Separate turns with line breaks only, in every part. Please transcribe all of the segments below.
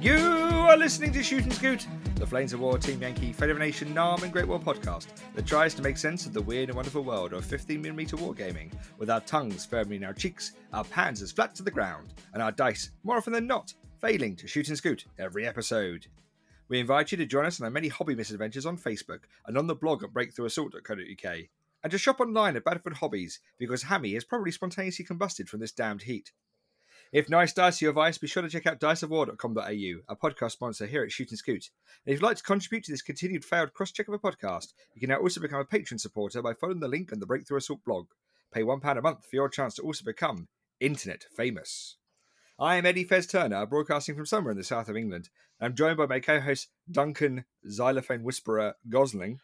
You are listening to Shoot and Scoot, the Flames of War, Team Yankee, Federation, NAM, and Great War podcast that tries to make sense of the weird and wonderful world of 15mm wargaming, with our tongues firmly in our cheeks, our pans as flat to the ground, and our dice, more often than not, failing to shoot and scoot every episode. We invite you to join us on our many hobby misadventures on Facebook and on the blog at breakthroughassort.co.uk, and to shop online at Badford Hobbies because Hammy is probably spontaneously combusted from this damned heat. If nice dice are your vice, be sure to check out diceofwar.com.au, our podcast sponsor here at Shoot and Scoot. And if you'd like to contribute to this continued failed cross check of a podcast, you can now also become a patron supporter by following the link on the Breakthrough Assault blog. Pay £1 a month for your chance to also become internet famous. I am Eddie Fez Turner, broadcasting from somewhere in the south of England. I'm joined by my co host, Duncan Xylophone Whisperer Gosling,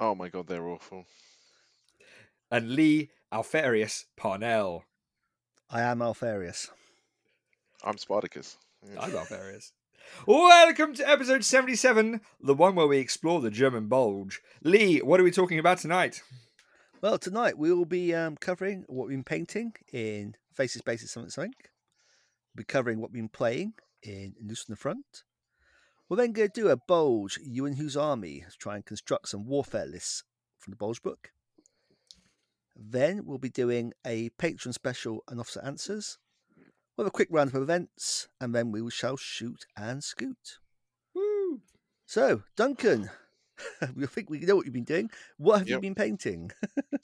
Oh my god, they're awful.
and Lee Alfarius Parnell.
I am Alfarius.
I'm Spartacus. Yeah.
I love areas. Welcome to episode 77, the one where we explore the German bulge. Lee, what are we talking about tonight?
Well, tonight we will be um, covering what we've been painting in Faces, Bases, Something, Something. We'll be covering what we've been playing in Noose on the Front. We're then going to do a bulge, you and whose army, to try and construct some warfare lists from the bulge book. Then we'll be doing a patron special and officer answers. We'll have a quick roundup of events, and then we shall shoot and scoot.
Woo.
So, Duncan, we think we know what you've been doing. What have you
Yep.
been painting?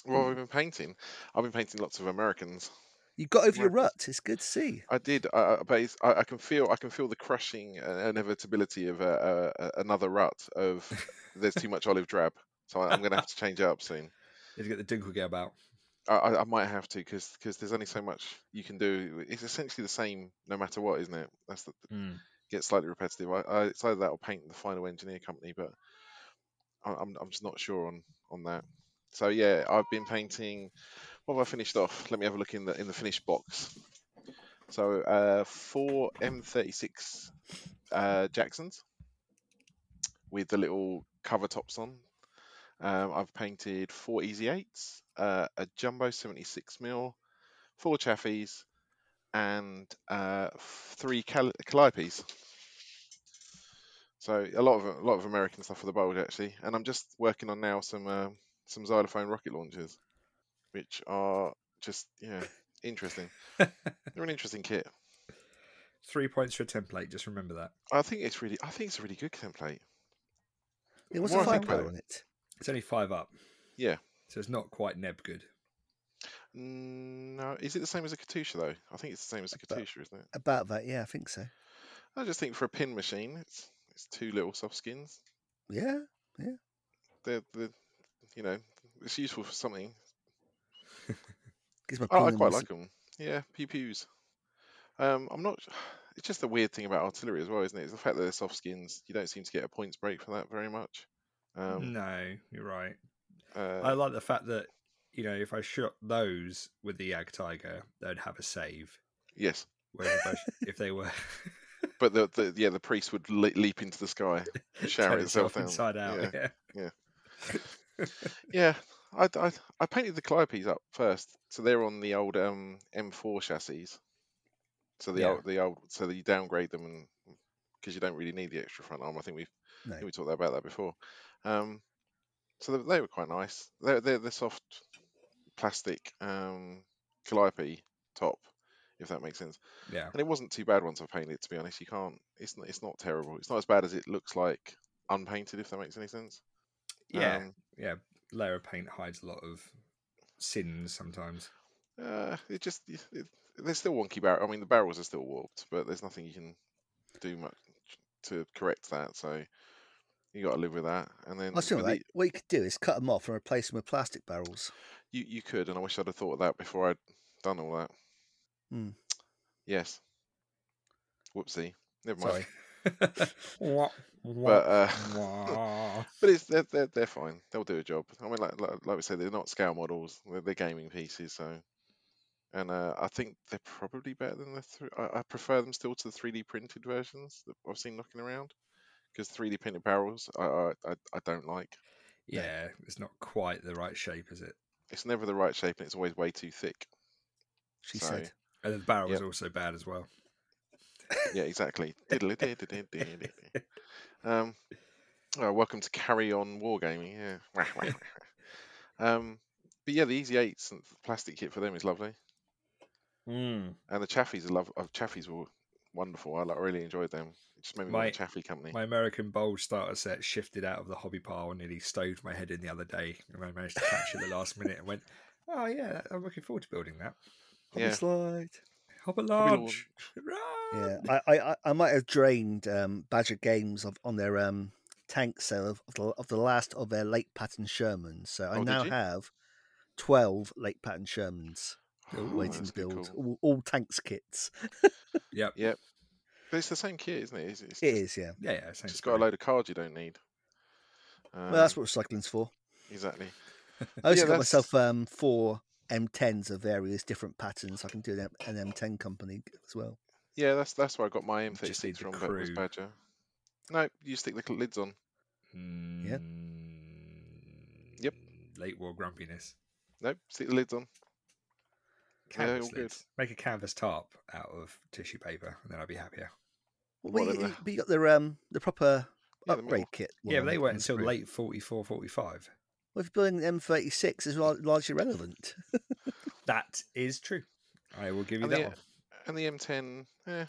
Well, I've been painting. I've been painting lots of Americans.
You got over your
Right.
rut. It's good to see.
I did, I, I- but it's, I, I can feel, I can feel the crushing uh, inevitability of uh, uh, uh, another rut of there's too much olive drab. So I, I'm going to have to change it up soon.
Let's get the Dinkle Gab out.
I, I, I might have to because there's only so much you can do. It's essentially the same no matter what, isn't it? That's the, gets slightly repetitive. I, I it's either that or paint the final engineer company, but I, I'm I'm just not sure on on that. So yeah, I've been painting. What have I finished off? Let me have a look in the in the finished box. So uh, four M36 uh, Jacksons with the little cover tops on. Um, I've painted four Easy Eights, uh, a jumbo 76 mil, four Chaffies, and uh, f- three Cal- Calliope's. So a lot of a lot of American stuff for the bold actually, and I'm just working on now some uh, some xylophone rocket launchers, which are just yeah interesting. They're an interesting kit.
Three points for a template, just remember that.
I think it's really I think it's a really good template.
It was
More
a
I think
firepower
about
on it.
It's only five up.
Yeah.
So it's not quite Neb good.
Mm, No, is it the same as a Katusha though? I think it's the same as a
About-
Katusha, isn't it?
About that, yeah, I think so.
I just think for a pin machine, it's it's two little soft skins.
Yeah,
They're, they're you know it's useful for something.
gives my
Oh, I, I
ping
quite
numbers-
like them. Yeah, pew pews. Um, I'm not. It's just the weird thing about artillery as well, isn't it? It's the fact that they're soft skins. You don't seem to get a points break for that very much. Um,
no, you're right. I
uh,
like the fact that, you know, if I shot those with the Yag Tiger, they'd have a save.
yes,
Whereas if, I sh- if they were
but the, the yeah the priest would le- leap into the sky, and shower
turned
itself down.
inside out.
Yeah,
Yeah.
yeah. I, I I painted the Calliope's up first, so they're on the old um M4 chassis. So the
Yeah.
old the old so that you downgrade them and because you don't really need the extra front arm. I think we
No.
think we talked about that before. Um, so they, they were quite nice. They're, they're the soft plastic um, calliope top, if that makes sense.
yeah.
And it wasn't too bad once I painted it. To be honest, you can't. It's not, it's not terrible. It's not as bad as it looks like unpainted, if that makes any sense.
Yeah.
Um,
yeah, layer of paint hides a lot of sins sometimes.
uh, it just it, it, there's still wonky barrel. I mean, the barrels are still warped, but there's nothing you can do much to correct that. So you got to live with that. And then
I still
but the-
like, what you could do is cut them off and replace them with plastic barrels.
You you could, and I wish I'd have thought of that before I'd done all that.
Hmm.
Yes. Whoopsie. Never mind.
Sorry. Wah, wah,
But uh,
wah.
but it's they're, they're they're fine. They'll do a job. I mean, like like, like we said, they're not scale models. They're, they're gaming pieces. So, and uh, I think they're probably better than the. Th- I, I prefer them still to the three D printed versions that I've seen knocking around. Because three D printed barrels, I, I I I don't like.
yeah, it's not quite the right shape, is it?
It's never the right shape, and it's always way too thick.
She
Sorry.
said.
And the barrel was
Yep.
also bad as well.
Yeah, exactly. Diddle-a-diddle-diddle-diddle. um, oh, welcome to Carry On Wargaming. Yeah. Wah, wah, wah. um, but yeah, the Easy Eights and the plastic kit for them is lovely,
Mm.
and the Chaffies are love. Oh, Chaffies were wonderful. I like, really enjoyed them. It just made me want a
My-
Chaffee company.
My American Bowl starter set shifted out of the hobby pile and nearly stove my head in the other day. And I managed to catch it at the last minute and went, oh, yeah, that- I'm looking forward to building that.
Hobby
Yeah.
slide.
Hobby
Hobby Lord.
Lodge.
Yeah,
Run!
I, I, I- I might have drained um, Badger Games of, on their um, tank sale of, of, the, of the last of their late pattern Shermans. So I
Oh, did
now
you?
have 12 late pattern Shermans
Oh,
waiting
that's
to
good
build,
call.
all, all tanks kits.
Yep.
Yep. But it's the same kit, isn't it? It's, it's
It
just-
is, yeah.
Yeah, yeah.
it's
sounds
just got a
great.
load of cards you don't need. Um,
Well, that's what recycling's for.
exactly.
I
yeah,
also got
that's-
myself um, four M10s of various different patterns. I can do an, M- an M10 company as well.
Yeah, that's that's where I got my M36
just need the
from. But it was
crew.
Badger. No, you stick the lids on.
Yep.
Yep.
Hmm. Late war grumpiness.
Nope, stick the lids on. Yeah,
Canvas
all good.
lids. Make a canvas tarp out of tissue paper, and then I'd be happier.
Well,
What
you,
are the-
you, but you got their, um, the proper
Yeah, the
upgrade
metal.
kit.
yeah,
one
but they
on-
weren't
on
until
screen.
late 44, 45.
Well, if you're building an M36, it's lar- largely relevant.
That is true. I will give you
And
that
the,
one.
and the M10. Eh.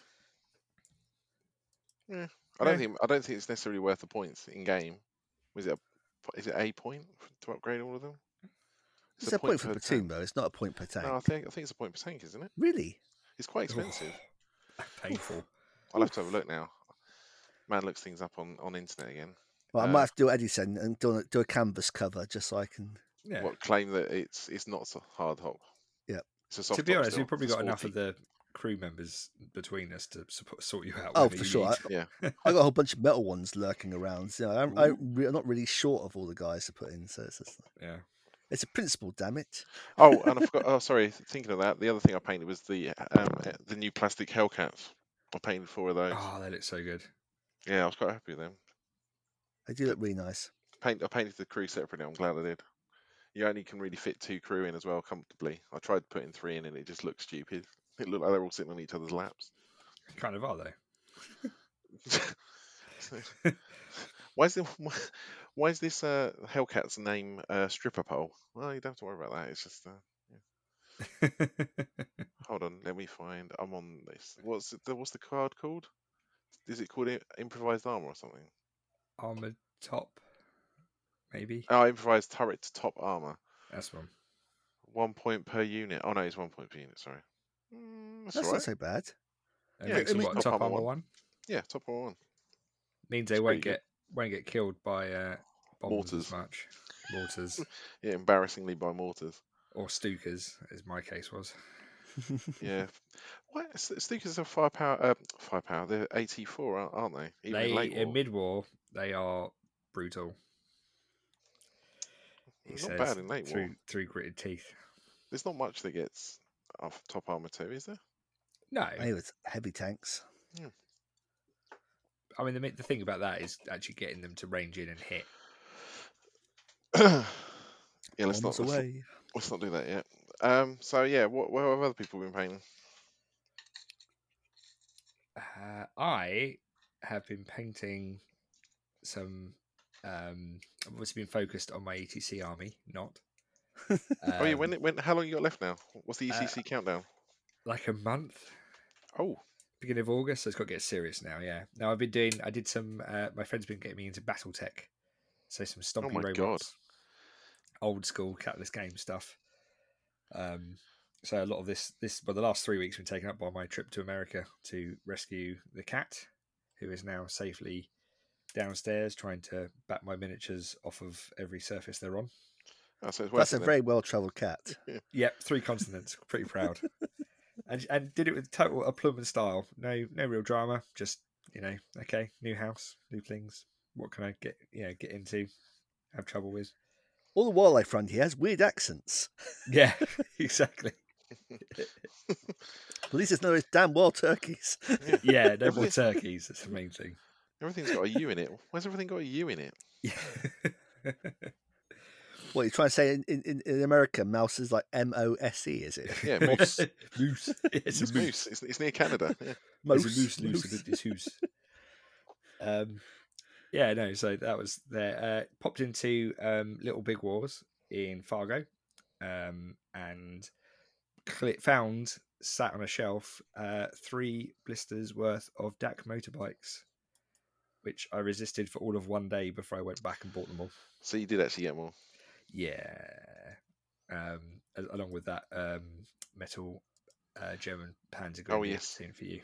Eh. I don't
Yeah.
think I don't think it's necessarily worth the points in game. Was it? A, is it a point f- to upgrade all of them?
It's, a point, for
per
platoon,
tank. Oh,
though. It's not a point per tank.
No, I think I think it's a point per tank, isn't it?
Really?
It's quite expensive.
Painful.
I'll have to have a look now. Man looks things up on on internet again.
Well, I
Uh,
might have to do what Eddie said and do a, do a canvas cover just so I can.
Yeah.
What claim that it's it's not so hard hop?
Yep.
It's a soft
to be
hop
honest,
still.
we've probably
It's
got enough of
sporty.
the crew members between us to support, sort you out.
Oh,
whenever
for
you
sure. I,
need.
Yeah.
I got a whole bunch of metal ones lurking around. So I'm, I'm,
Ooh.
re- I'm not really short of all the guys to put in. So it's, just,
Yeah.
it's a principle, damn it.
Oh, and I forgot. Oh, sorry. th- Thinking of that, the other thing I painted was the um, eh, the new plastic Hellcats. I painted four of those.
Oh, they look so good.
Yeah, I was quite happy with them.
They do look really nice.
Paint, I painted the crew separately. I'm glad I did. You only can really fit two crew in as well comfortably. I tried putting three in, and it just looked stupid. It looked like they're all sitting on each other's laps.
Kind of are they?
So- why is this, why is this uh, Hellcat's name uh, stripper pole? Well, you don't have to worry about that. It's just uh, hold on. Let me find. I'm on this. What's it, what's the card called? Is it called i- improvised armor or something?
Armored top, maybe.
Oh, improvised turret to top armor.
That's one.
One point per unit. Oh no, it's one point per unit. Sorry. Mm, that's
That's
all
not
right.
so bad.
And
Yeah,
makes
it
them
means
what,
top
top
armor
armor
one.
one
Yeah, top or one.
means they
It's
won't
pretty good.
get won't get killed by uh, bombs
Mortars.
as much. Mortars
Yeah, embarrassingly by mortars.
or Stukas, as my case was.
Yeah. What? Sneakers are firepower. Uh, firepower. They're eighty-four, aren't- aren't they? Even
they
in late
in
war.
mid war they are brutal. He
Not
says
bad in late
through
war.
through gritted teeth.
There's not much that gets off top armor too, is there?
No,
I think it's heavy tanks.
I mean, the, mi- the thing about that is actually getting them to range in and hit.
yeah, let's not, let's
Bombs
not
away.
let's not do that yet. Um. So yeah, what what have other people been painting?
Uh, I have been painting some. Um, I've obviously been focused on my ETC army, not.
oh yeah, when
um,
it- when how long you got left now? What's the
uh,
ECC countdown?
like a month,
Oh,
beginning of August, so it's got to get serious now. Yeah. Now I've been doing. I did some. Uh, my friend's been getting me into BattleTech, so some stompy
Oh my God.
robots, old school Catalyst game stuff. Um, so a lot of this, this, well, the last three weeks have been taken up by my trip to America to rescue the cat, who is now safely downstairs trying to bat my miniatures off of every surface they're on.
oh, so it's worth
That's
it
a
then.
very well travelled cat.
Yep, three continents. Pretty proud. And and did it with total aplomb and style. No no real drama. Just you know, okay, new house, new things. What can I get? You know, get into, have trouble with.
All the wildlife around here has weird accents.
Yeah, exactly.
But at least it's no those damn wild turkeys.
Yeah, no more turkeys. That's the main thing.
Everything's got a U in it. Why's everything got a U in it?
Yeah.
What you're trying to say in, in, in America, mouse is like M O S E, is it?
Yeah, moose.
Moose. It's
it's
a moose.
moose. It's, it's near Canada. Yeah.
It's a moose, loose of this hoose. Um, yeah, no. So that was there. Uh, popped into um, Little Big Wars in Fargo, um, and cl- found sat on a shelf uh, three blisters worth of DAC motorbikes, which I resisted for all of one day before I went back and bought them all.
So you did actually get more.
Yeah. Um, a- along with that um, metal uh, German Panzer grenade
Oh, yes.
seen for you.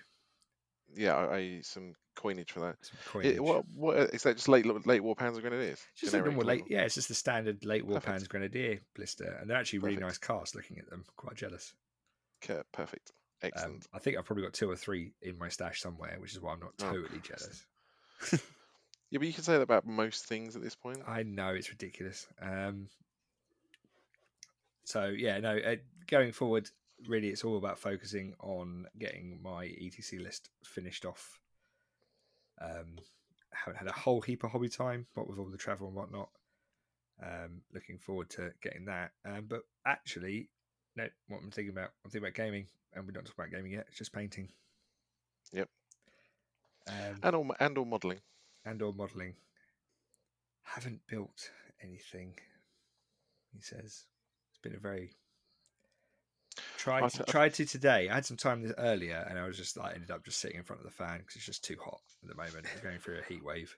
Yeah, I, I some coinage for that.
Some
It-
coinage.
what what is that? Just late late war panzer grenadiers.
It's just a
Generic
normal late,
label.
yeah, it's just the standard late war
Perfect.
Panzer Grenadier blister, and they're actually really nice
Perfect.
cars. Looking at them, quite jealous.
Okay, perfect.
Um,
Excellent.
I think I've probably got two or three in my stash somewhere, which is why I'm not
Oh,
totally
Christ.
jealous.
yeah, but you can say that about most things at this point.
I know it's ridiculous. Um, so yeah, no. Uh, going forward, really, it's all about focusing on getting my ETC list finished off. Um, haven't had a whole heap of hobby time, but with all the travel and whatnot, um, looking forward to getting that. Um, but actually, no, what I'm thinking about, I'm thinking about gaming, and we're not talking about gaming yet. It's just painting.
Yep.
Um,
And all and all modelling.
and or modelling. Haven't built anything, he says. It's been a very tried
t-
to,
I-
tried to today. I had some time th- earlier, and I was just like ended up just sitting in front of the fan because it's just too hot at the moment. It's going through a heat wave.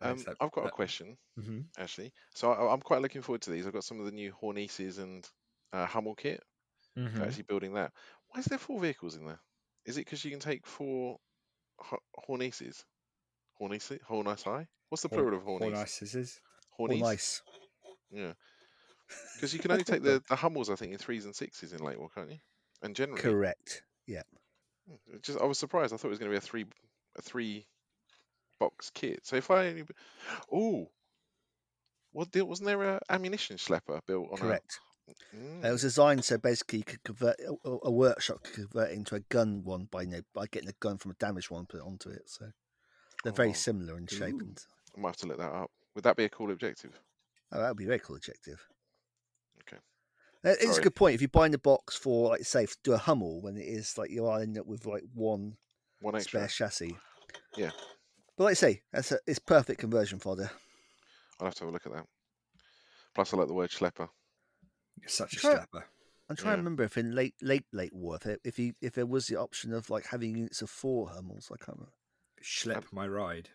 Um, I've got a question
hmm
actually. So I, I'm quite looking forward to these. I've got some of the new Horneses and uh, Hummel kit.
Mm-hmm.
for actually building that. Why is there four vehicles in there? Is it because you can take four ho- Horneses? Hornese? Hornice High? What's the plural of Hornies?
All nice.
Yeah. Because you can only take the, the Hummels, I think, in threes and sixes in late war, can't you? And generally,
Correct.
Mm, it just I was surprised. I thought it was going to be a three a three box kit. So if I only, oh, what deal wasn't there a ammunition schlepper built on hmm,
Correct.
a?
It was designed so basically you could convert a- a, a workshop could convert it into a gun one by you know, by getting a gun from a damaged one and put it onto it. So they're very
Oh,
similar in shape.
ooh.
And,
I might have to look that up. Would that be a cool objective?
oh, that would be a very cool objective.
Okay.
Uh, It's a
Sorry.
good point. If you buy in the box for like say do a Hummel when it is like you are end up with like one
One extra.
spare chassis.
Yeah.
But like I say, that's a, it's perfect conversion fodder.
I'll have to have a look at that. Plus, I like the word schlepper.
You're such a
Try-
slapper.
I'm trying
Yeah.
to remember if in late late late war if, it, if you if there was the option of like having units of four Hummels. I can't remember.
Schlep my ride.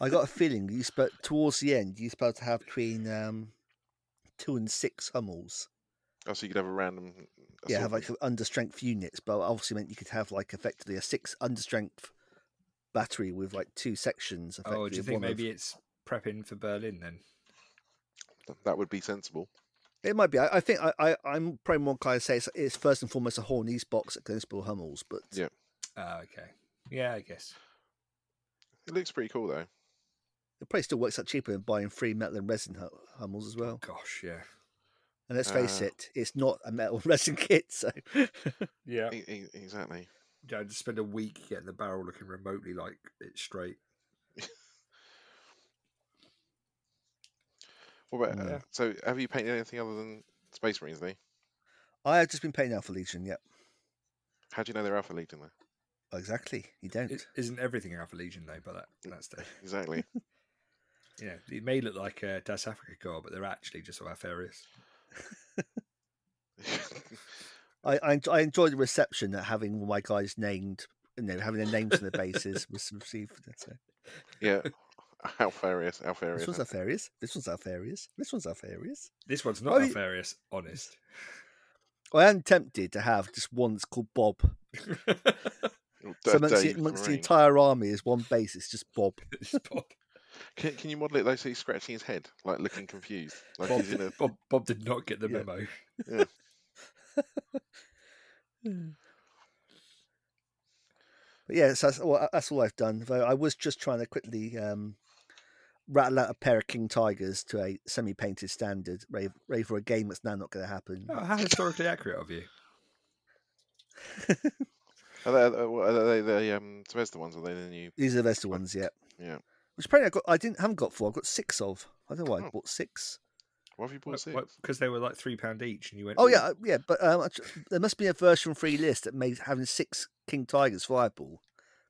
I got a feeling you spoke towards the end. You're supposed to have between um, two and six Hummels.
Oh, so you could have a random.
yeah, have like
assortment.
some understrength units, but obviously meant you could have like effectively a six understrength battery with like two sections.
Oh, do
effectively
you
of
think
one of-
maybe it's prepping for Berlin then?
Th- that would be sensible.
It might be. I, I think I, I I'm probably more inclined to say it's, it's first and foremost a Hornese box at Glensport Hummels, but
Yeah.
Ah, okay. Yeah, I guess.
It looks pretty cool though.
it probably still works out cheaper than buying free metal and resin hu- Hummels as well.
Gosh, yeah.
And let's face
Ah.
Uh.
it, it's not a metal and resin kit, so
Yeah.
E- e- exactly.
yeah, just spend a week getting the barrel looking remotely like it's straight.
What about,
Yeah.
uh, so, have you painted anything other than Space Marines? Lee?
I have just been paying now for Legion. Yep,
How do you know they're Alpha Legion though?
exactly. You don't.
It isn't everything Alpha Legion though, but that, that's the
Exactly.
you know it may look like a Das Africa car, but they're actually just Alfarius.
I, I en- I enjoy the reception that having my guys named, you know, having their names on the bases was received. So,
yeah. Alfarius, Alfarius.
this one's
Al-
Alfarius. This one's Alfarius. This one's Alfarius.
This one's not
Oh, you-
Alfarius, honest.
I am tempted to have just one that's called Bob.
oh, D-
So amongst, the,
Dave
amongst the
Marine.
entire army is one base. It's just Bob.
It's Bob.
Can, can you model it though so he's scratching his head, like looking confused? Like
Bob,
he's in a.
Bob, Bob did not get the
Yeah.
memo.
But yeah, so that's, all, that's all I've done. Though I was just trying to quickly um, rattle out a pair of King Tigers to a semi-painted standard, ready, ready for a game that's now not going to happen.
Ah.
Oh, how historically accurate of you.
Are they, are they, are they the um, Zvezda ones? Are they the new?
These are the best ones, yeah.
Yeah.
Which apparently I got I didn't haven't got four, I've got six of. I don't know why I
Oh.
bought six.
Why have you bought six?
Because they were like three pound each, and you went.
Oh
"Ooh."
yeah, uh, yeah, but um, I tr- there must be a version free list that makes having six King Tigers fireball.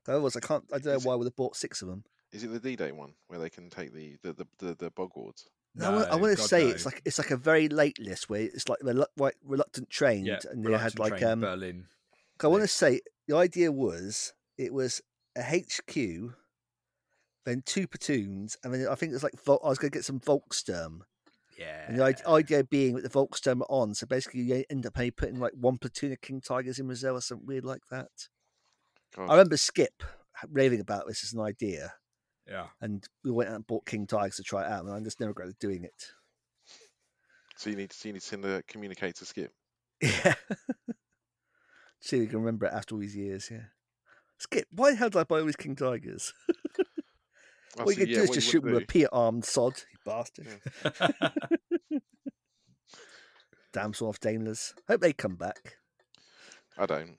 Otherwise, I can't. I don't
Is it-
know why I would have bought six of them.
Is it the D-Day one where they can take the the the, the, the bog wards?
No, I wa- I
No,
want to
God,
say
no.
it's like it's like a very late list where it's like relu- like reluctant trained,
yeah,
and they had
Reluctant
like
Train,
um.
Berlin.
I want to say the idea was it was a HQ, then two platoons, and then I think it's like Vol- I was going to get some Volksturm,
Yeah,
and the id- idea being that the Volksturm are on, so basically you end up only putting like one platoon of King Tigers in reserve or something weird like that.
God,
I remember Skip h- raving about this as an idea,
yeah.
and we went out and bought King Tigers to try it out, and I just never regretted doing it.
so you need so you need to send a communicator skip.
Yeah. See, if you can remember it after all these years. Yeah. Skip, why the hell did I buy all these King Tigers?
Oh,
all you
so
could
yeah,
do is
what
just
you
shoot
wanna
them with a
do-
peer armed sod, you bastard.
Yeah.
Damn sort of Daimlers. Hope they come back.
I don't.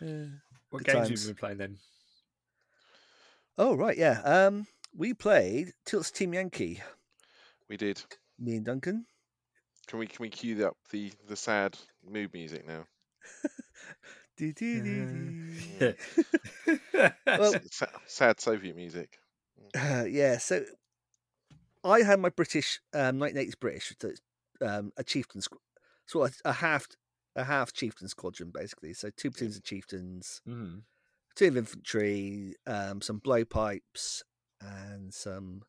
what games
Good
have
times.
you been playing then?
Oh, right. Yeah. Um, We played Tilts Team Yankee,
We did.
me and Duncan.
Can we can we cue up the the sad mood music now? Uh-huh.
Doo-doo-doo-doo.
Yeah.
Well,
Sa- sad Soviet music.
Uh, yeah, so I had my British um, 1980s British, so it's, um, a chieftain, squ- sort of a half a half chieftain squadron basically. So two platoons of chieftains,
Mhm.
two of infantry, um, some blowpipes, and some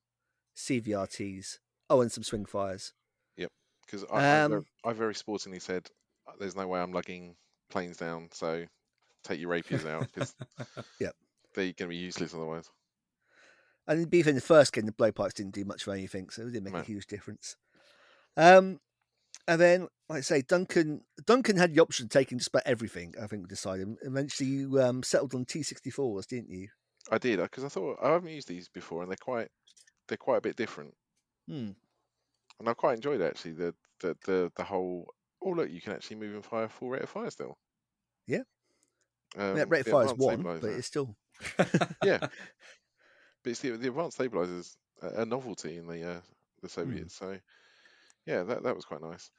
CVRTs. Oh, and some swing fires.
Because I, I ver-
Um,
I very sportingly said, "Uh, "There's no way I'm lugging planes down, so take your rapiers out because
Yep.
they're going to be useless otherwise."
And beef in the first game, the blowpipes didn't do much of anything, so it didn't make
No.
a huge difference. Um, and then, like I say, Duncan Duncan had the option of taking just about everything. I think we decided. Eventually, you um, settled on T sixty fours, didn't you?
I did because I thought I haven't used these before, and they're quite they're quite a bit different,
Hmm.
and I quite enjoyed actually the the the, the whole. Oh look, you can actually move and fire full rate of fire still.
Yeah.
Um,
yeah, rate
the
of fire's
advanced
one, but
stabilizer-
it's still
yeah, but it's the, the advanced stabilizers a, a novelty in the uh, the Soviets. So yeah, that that was quite nice.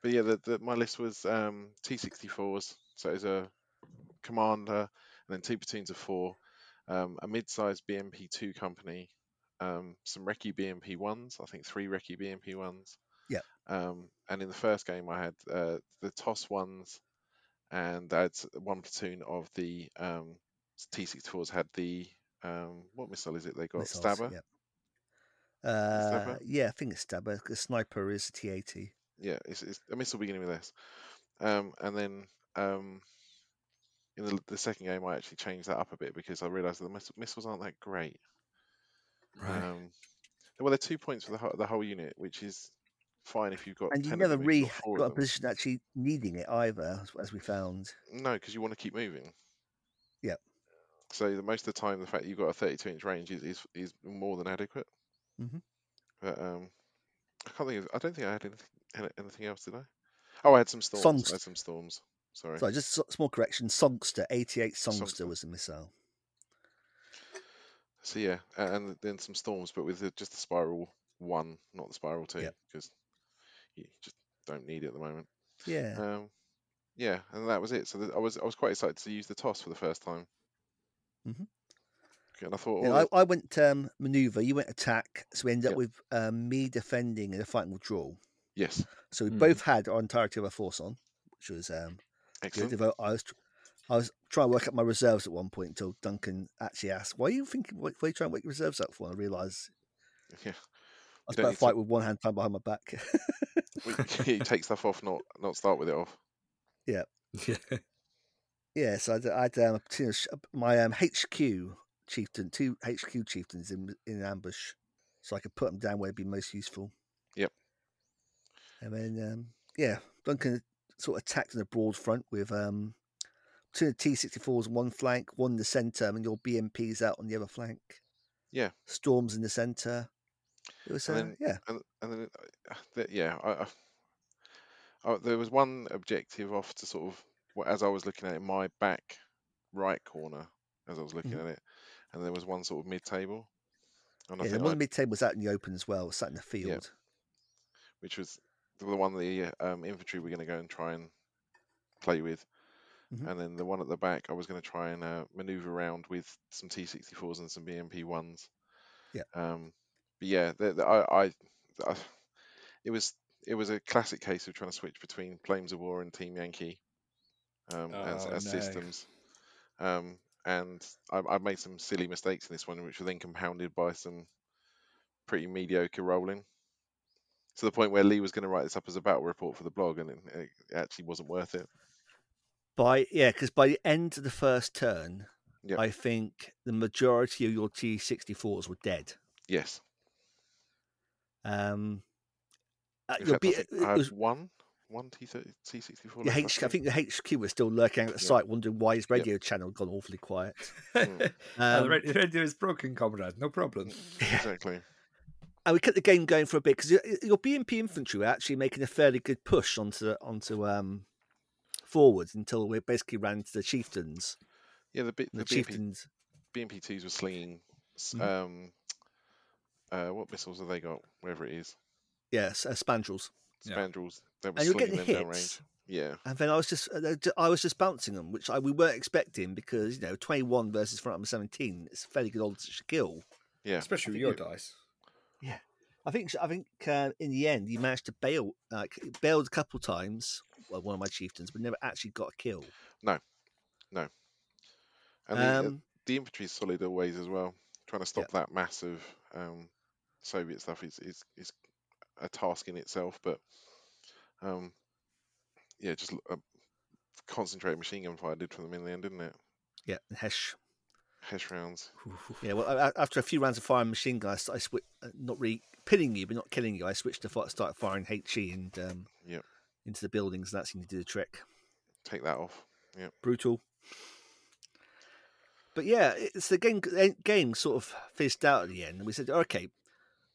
But yeah, the, the, my list was um, T64s, so it was a commander, and then two platoons of four, um, a mid-sized BMP2 company, um, some recce BMP ones, I think three recce BMP ones.
Yep.
Um, and in the first game, I had uh, the TOS ones, and I had s- one platoon of the um, T64s had the um, what missile is it? They got
missiles.
Stabber.
Yep.
Stabber?
Uh, yeah, I think it's stabber. The sniper is T eighty.
yeah, it's, it's a missile beginning with S. Um, and then um, in the, the second game, I actually changed that up a bit because I realised that the miss- missiles aren't that great.
right.
Um, well, they're two points for the, ho- the whole unit, which is fine if you've got.
And you
10 of
never
them, if you've
really
got four of
got a
them.
position actually needing it either, as- as we found.
No, because you want to keep moving.
Yep.
So the, most of the time, the fact that you've got a 32 inch range is, is, is more than adequate.
Mhm.
But um, I can't think of. I don't think I had anything any- anything else, did I? Oh, I had some storms.
Songs.
I had some storms. Sorry.
Sorry, just a s- small correction. Songster eighty eight Songster
Songster.
was the missile.
So yeah, a- and then some storms, but with the, just the spiral one, not the spiral two,
Yep.
because you just don't need it at the moment.
Yeah.
Um, yeah, and that was it. So th- I was I was quite excited to use the toss for the first time.
Mhm.
And I thought,
Yeah,
oh,
I, I went um, maneuver, you went attack, so we ended
Yep.
up with um, me defending and a fighting withdrawal.
yes,
So we
Hmm.
both
Mm-hmm.
had our entirety of our force on, which was um, good.
excellent.
Although I was, tr- I was trying to work up my reserves at one point until Duncan actually asked, "Why are you thinking? Why why are you trying to work your reserves up for?" And I realised
Yeah,
I
You
was
don't
about
need
to
to-
fight with one hand tied behind my back.
we- yeah, you take stuff off, not not start with it off.
Yeah.
yeah, so I'd, I'd um, you know, sh- my um, HQ chieftain, two HQ chieftains in in ambush, so I could put them down where it'd be most useful.
Yep.
And then um, yeah, Duncan sort of attacked on a broad front with um, two T sixty fours on one flank, one in the centre, and your BMPs out on the other flank.
Yeah.
Storms in the centre. It was uh,
And then-
yeah,
and and then uh, the, yeah, I, I, I, there was one objective off to sort of well, as I was looking at it, my back right corner as I was looking at it, and there was one sort of mid-table, and I
Yeah, the
think I-
one mid table was out in the open as well, sat in the field.
which was the the one the um, infantry were going to go and try and play with,
Mm-hmm.
Mhm.
and then the one at the back I was going to try and uh, maneuver around with some T64s and some BMP ones.
Yeah.
Um, but yeah, the, the, I, I, I, it was it was a classic case of trying to switch between Flames of War and Team Yankee um, as,
Oh,
as
no.
systems. Um, and I, I made some silly mistakes in this one, which were then compounded by some pretty mediocre rolling to the point where Lee was going to write this up as a battle report for the blog, and it, it actually wasn't worth it.
By yeah, because by the end of the first turn,
Yep.
I think the majority of your T sixty fours were dead.
Yes,
Um, uh,
in
your
fact, I
B-
think
it
I had
was-
one, one T T sixty four.
your H- I think the HQ was still lurking out at the
Yeah.
site, wondering why his
Yep.
radio channel had gone awfully quiet.
Mm.
Uh, the
Um,
radio- the radio is broken, comrade. No problem.
exactly.
and we kept the game going for a bit because your, your BMP infantry were actually making a fairly good push onto onto um forwards until we basically ran to the chieftains.
Yeah, the, B,
The,
the BMP,
chieftains,
BMP twos were slinging. s-
Mhm.
Um, uh, what missiles have they got? Wherever it is,
yes, uh, spandrels,
Yeah.
spandrels. They were
and you're
slinging
getting
them
hits.
downrange. Yeah,
And then I was just uh, ju- I was just bouncing them, which I, we weren't expecting because you know twenty one versus front number seventeen is a fairly good odds to kill.
yeah.
Especially with your dice.
I think I think uh, in the end you managed to bail like bailed a couple times. Well, one of my chieftains, but never actually got a kill.
And the, uh,
Um,
the infantry's solid always as well. Trying to stop that massive um, Soviet stuff is, is is a task in itself, but um, yeah, just l- a concentrated machine gun fire did for them in the end, didn't it?
yeah, Hesh.
Hesh rounds.
Yeah, well, a- a- after a few rounds of firing machine gun, I, s- I swi- uh, not really pinning you, but not killing you. I switched to fi- start firing HE and um,
Yep.
into the buildings, and that seemed to do the trick.
Take that off.
Brutal. But yeah, it's the game. the Game sort of fizzed out at the end, and we said, okay,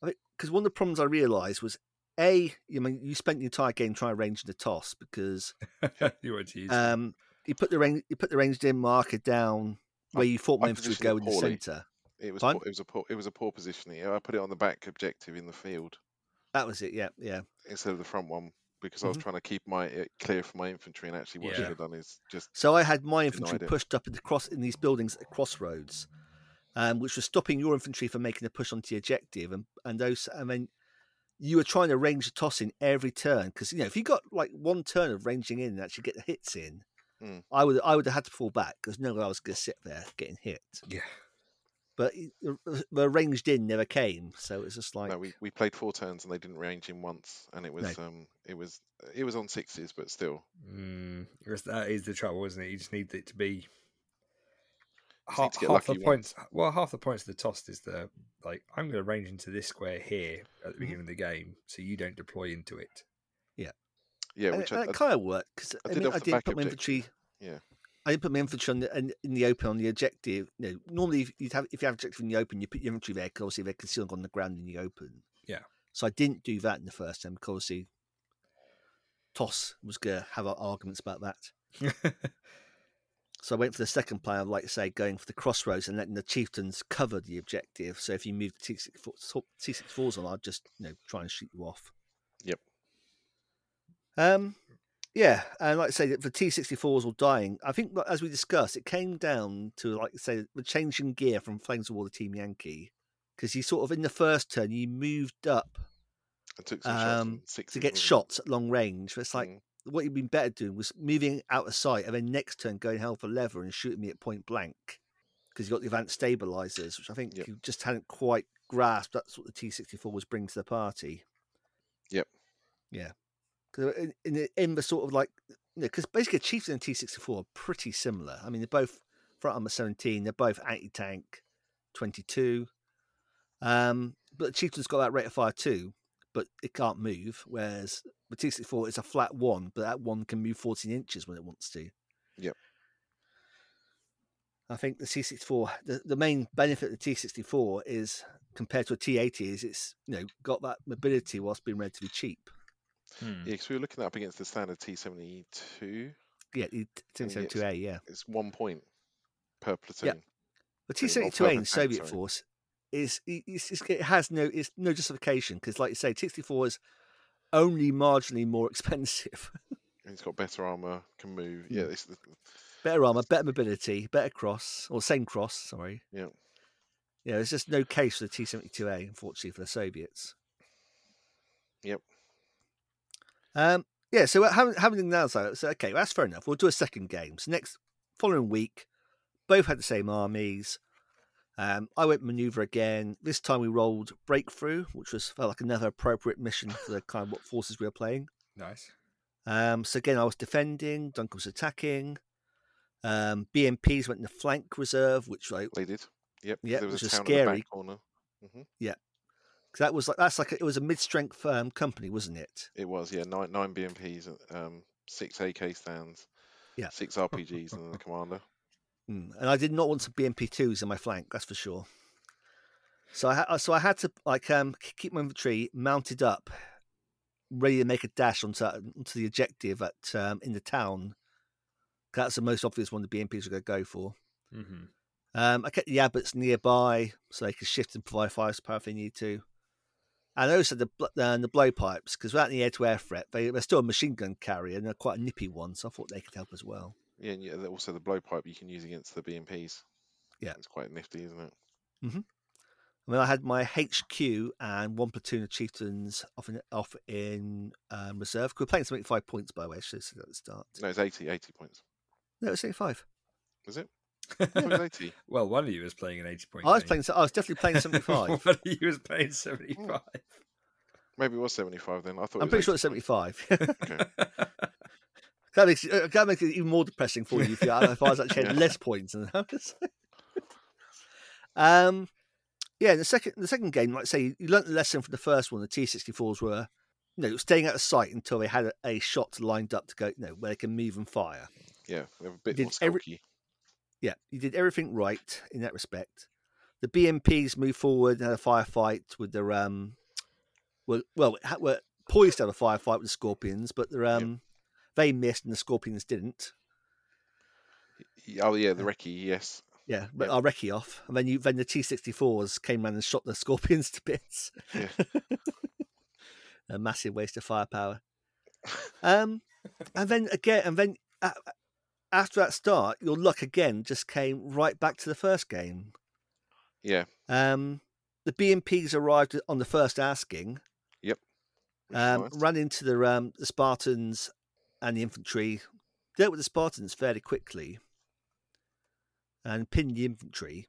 because one of the problems I realised was, a, you mean you spent the entire game trying to arrange the toss because
you were teased.
Um, you put the range, you put the ranged in marker down where you thought
I
my infantry would
positioned it
go in the
poorly.
centre.
It was
Fine.
poor, it was a poor it was a poor positioning. Yeah, I put it on the back objective in the field
That was it. Yeah, yeah.
instead of the front one because I was
Mhm.
trying to keep my it clear for my infantry, and actually what I
Yeah.
should have done is just
So I had my infantry
Denied it.
pushed up in the cross in these buildings at the crossroads, um, which was stopping your infantry from making a push onto the objective, and and those and then you were trying to range the toss in every turn because you know if you got like one turn of ranging in and actually get the hits in,
Mm.
I would I would have had to fall back because no way I was going to sit there getting hit.
yeah.
But it- the- the ranged in never came, so it was just like
No, we, we played four turns and they didn't range in once, and it was um it was it was on sixes, but still
Mm, because that is the trouble, isn't it? You just need it to be
Just
ha-
need to get
half the
lucky
points. Well, half the points of the toss is the like I'm going to range into this square here at the beginning of the game, so you don't deploy into it.
yeah,
And
which
it-
I,
and it kind of worked because
I
I,
did
mean,
off
I
the
didn't
back
put my
objective,
infantry.
yeah.
I didn't put my infantry on the, in, in the open on the objective. You know, normally, if you'd have if you have objective in the open, you put your infantry there because obviously they're concealed on the ground in the open.
Yeah.
So I didn't do that in the first time because obviously Toss was going to have our arguments about that. So I went for the second plan of, like I say, going for the crossroads and letting the chieftains cover the objective. So if you move the T64s on, I'd just, you know, try and shoot you off.
Yep.
Um, yeah, and like I say, the T64s were dying. I think, like, as we discussed, it came down to, like I say, the changing gear from Flames of War to Team Yankee. Because you sort of, in the first turn, you moved up
I took some shots
um,
on sixes,
to get
wasn't it?
shots at long range. But it's like,
Mm,
what you'd been better doing was moving out of sight and then next turn going hell for leather and shooting me at point blank because you got the advanced stabilizers, which I think
Yep.
you just hadn't quite grasped. That's what the T64 was bringing to the party.
Yep.
Yeah. Because in, in, the- in the sort of like, because basically Chiefs and T64 are pretty similar. I mean, they're both front armor 17, they're both anti tank 22. Um, but the Chieftain's got that rate of fire too, but it can't move, whereas with T64, it's a flat one, but that one can move 14 inches when it wants to.
Yep.
I think the T64, the, the main benefit of the T64 is compared to a T80 is it's you know got that mobility whilst being relatively cheap.
Hmm.
Yeah, because we were looking up against the standard T seventy two.
Yeah, the
And it's-
T72A, yeah.
It's one point per platoon.
The
Pretty well
T-72A in
perfect tank,
Soviet
sorry.
force is i- it's, it's, it has no it's no justification because, like you say, T-64 is only marginally more expensive.
He's got better armor, can move.
Hmm.
Yeah, it's the,
better armor, better mobility, better cross or same cross. Sorry.
Yeah.
Yeah, there's just no case for the T-72A, unfortunately, for the Soviets.
Yep.
Um. Yeah. So having having now so so, okay, well, that's fair enough. We'll do a second game. So next following week, both had the same armies. Um, I went maneuver again. This time we rolled breakthrough, which was felt like another appropriate mission for the kind of what forces we were playing.
Nice.
Um, so again, I was defending. Dunk was attacking. Um, BMPs went in the flank reserve, which like
they did. Yep. 'cause
Yeah,
there was a
which is
town in the
scary.
back corner. hmm
'cause that was like that's like a, it was a mid-strength um, company, wasn't it?
It was, yeah, nine nine BMPs, uh, um, six AK stands,
Yeah.
six RPGs, and then the commander.
Mm. And I did not want some BMP twos in my flank, that's for sure. So I ha- so I had to like um k- keep my infantry mounted up, ready to make a dash onto onto the objective at um, in the town. 'Cause That's the most obvious one the BMPs are going to go for.
Mm-hmm.
Um, I kept the abbots nearby so they could shift and provide firepower if they need to. And I also the bl- uh, the blowpipes because without the air-to-air threat, they, they're still a machine gun carrier and they're quite a nippy one, so I thought they could help as well.
Yeah, and yeah, also the blowpipe you can use against the BMPs.
Yeah.
it's quite nifty, isn't it?
I mean, I had my HQ and one platoon of chieftains off in, off in um, reserve. 'cause We're playing to make five points, by the way. I should have said that at the start.
No, it's 80, 80 points.
No, it's only five.
Was it? I thought it was 80.
well, one of you was playing an 80 point.
I was
game.
playing. I was definitely playing seventy-five.
one of you was playing 75.
Maybe it was seventy-five then. I thought.
I'm
it was 80.
pretty sure it's seventy-five. that makes it, uh, that makes it even more depressing for you if, you, if I was actually had
Yeah.
less points than that. um, yeah. The second the second game, like I say, you learnt the lesson from the first one. The T64s were, you know, staying out of sight until they had a, a shot lined up to go, you know, where they can move and fire.
Yeah, they're a bit
Did
more
every-
skulky.
Yeah, you did everything right in that respect. The BMPs moved forward and had a firefight with their um, well, well, ha- were poised to have a firefight with the Scorpions, but their
Yep.
um, they missed and the Scorpions didn't.
Y- Oh yeah, the recce. Yes,
Yeah, but
Yep.
our recce off, and then you then the T sixty fours came round and shot the Scorpions to bits.
Yeah.
a massive waste of firepower. Um, and then again, and then a after that start, your luck again just came right back to the first game.
yeah.
Um, the BMPs arrived on the first asking,
which is
um,
nice.
ran into the, um, the Spartans and the infantry, dealt with the Spartans fairly quickly, and pinned the infantry,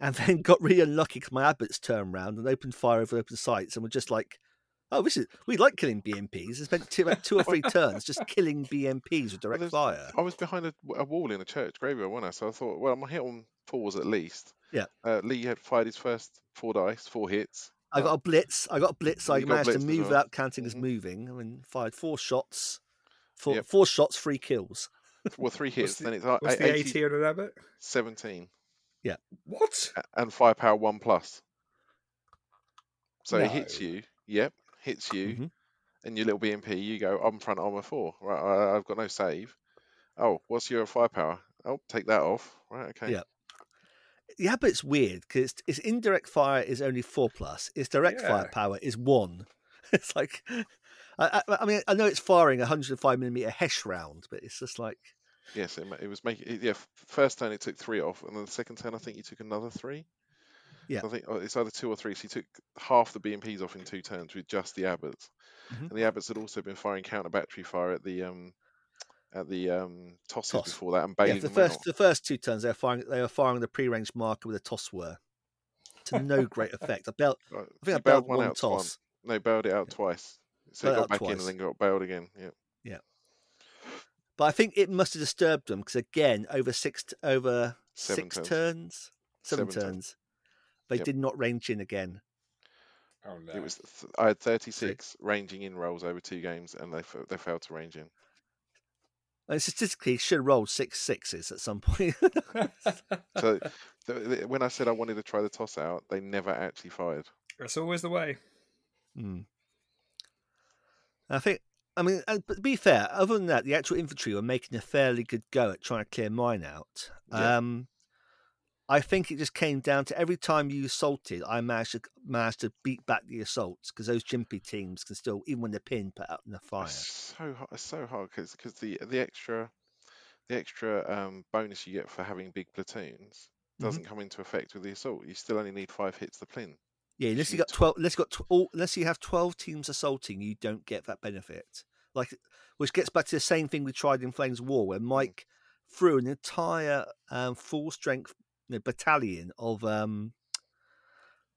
and then got really unlucky because my abbots turned round and opened fire over open sights and were just like, "Oh, this is we like killing BMPs." I spent two, about two or three turns just killing BMPs with direct
there's-
fire.
I was behind a, a wall in a church graveyard, wasn't I? So I thought, well, I'm gonna hit on fours at least.
Yeah.
Uh, Lee had fired his first four dice, four hits.
I got a blitz. I got a blitz. I
You got
managed
blitzed
to
as
move
well.
without counting as
Mhm.
moving. I mean, fired four shots, four,
Yep.
four shots, three kills.
Well, three hits.
the-
then it's uh,
What's the
80,
80 on an Abbott?
17.
What?
a- and firepower one plus. So it hits
No. Mm-hmm.
you. Yep, hits you,
Mhm.
and your little BMP. You go. I'm front armor four. Right, I, I've got no save. Oh, what's your firepower? Oh, take that off. Right, okay.
Yeah. Yeah, but it's weird because it's, it's indirect fire is only four plus. Its direct
Yeah.
firepower is one. It's like, I, I, I mean, I know it's firing a hundred and five millimeter Hesh round, but it's just like,
Yes, it, ma- it was making. it- Yeah, f- first turn it took three off, and then the second turn I think you took another three.
Yeah.
I think oh, it's either two or three. So you took half the BMPs off in two turns with just the Abbots,
Mhm.
and the Abbots had also been firing counter battery fire at the um at the um tosses
Toss.
before that and
yeah,
bailing
for the
them out.
first the first two turns they were firing they were firing the pre-range marker with a toss whir, to no great effect. I bailed,
Right,
I think
you
I bailed one,
out twice.
toss.
No, bailed it out twice. So
Bailed
it
it
got
out
back in
twice.
and then got bailed again. Yeah.
But I think it must have disturbed them because again, over six t- over
Seven
six
turns.
turns, seven,
Seven
turns,
turns.
they
Yep.
did not range in again.
Oh, no.
It was. Th- I had 36 ranging in rolls over two games, and they f- they failed to range in.
And statistically, you should have rolled six sixes at some point.
So th- th- when I said I wanted to try the toss out, they never actually fired.
That's always the way.
Mm. I think, I mean, and, but to be fair, other than that, the actual infantry were making a fairly good go at trying to clear mine out.
Yeah.
Um, I think it just came down to every time you assaulted, I managed to, managed to beat back the assaults because those Jimpy teams can still, even when they're pinned, put out in the fire.
It's so hard. It's so hard because the the extra the extra um, bonus you get for having big platoons
Mm-hmm.
doesn't come into effect with the assault. You still only need five hits to plin.
Yeah, unless you
Shoot.
got twelve, unless you got tw- all, unless you have twelve teams assaulting, you don't get that benefit. Like, which gets back to the same thing we tried in Flames of War, where
Hmm.
Mike threw an entire um, full strength you know, battalion of um,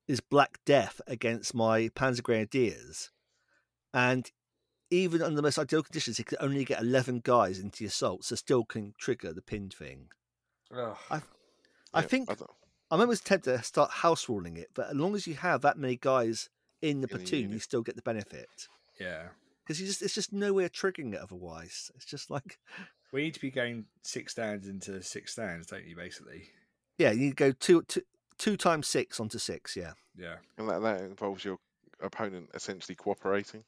his Black Death against my Panzer Grenadiers, and even under the most ideal conditions, he could only get eleven guys into the assault, so still can trigger the pin thing.
Ugh.
I
Yeah,
think
don't-
I'm always tempted to start house ruling it, but as long as you have that many guys in the
In the
platoon, you
unit.
still get the benefit
Yeah.
because just it's just no way of triggering it otherwise. It's just like
We need to be going six stands into six stands, don't you, basically?
yeah, you go two two two times six onto six. Yeah,
Yeah.
and that, that involves your opponent essentially cooperating.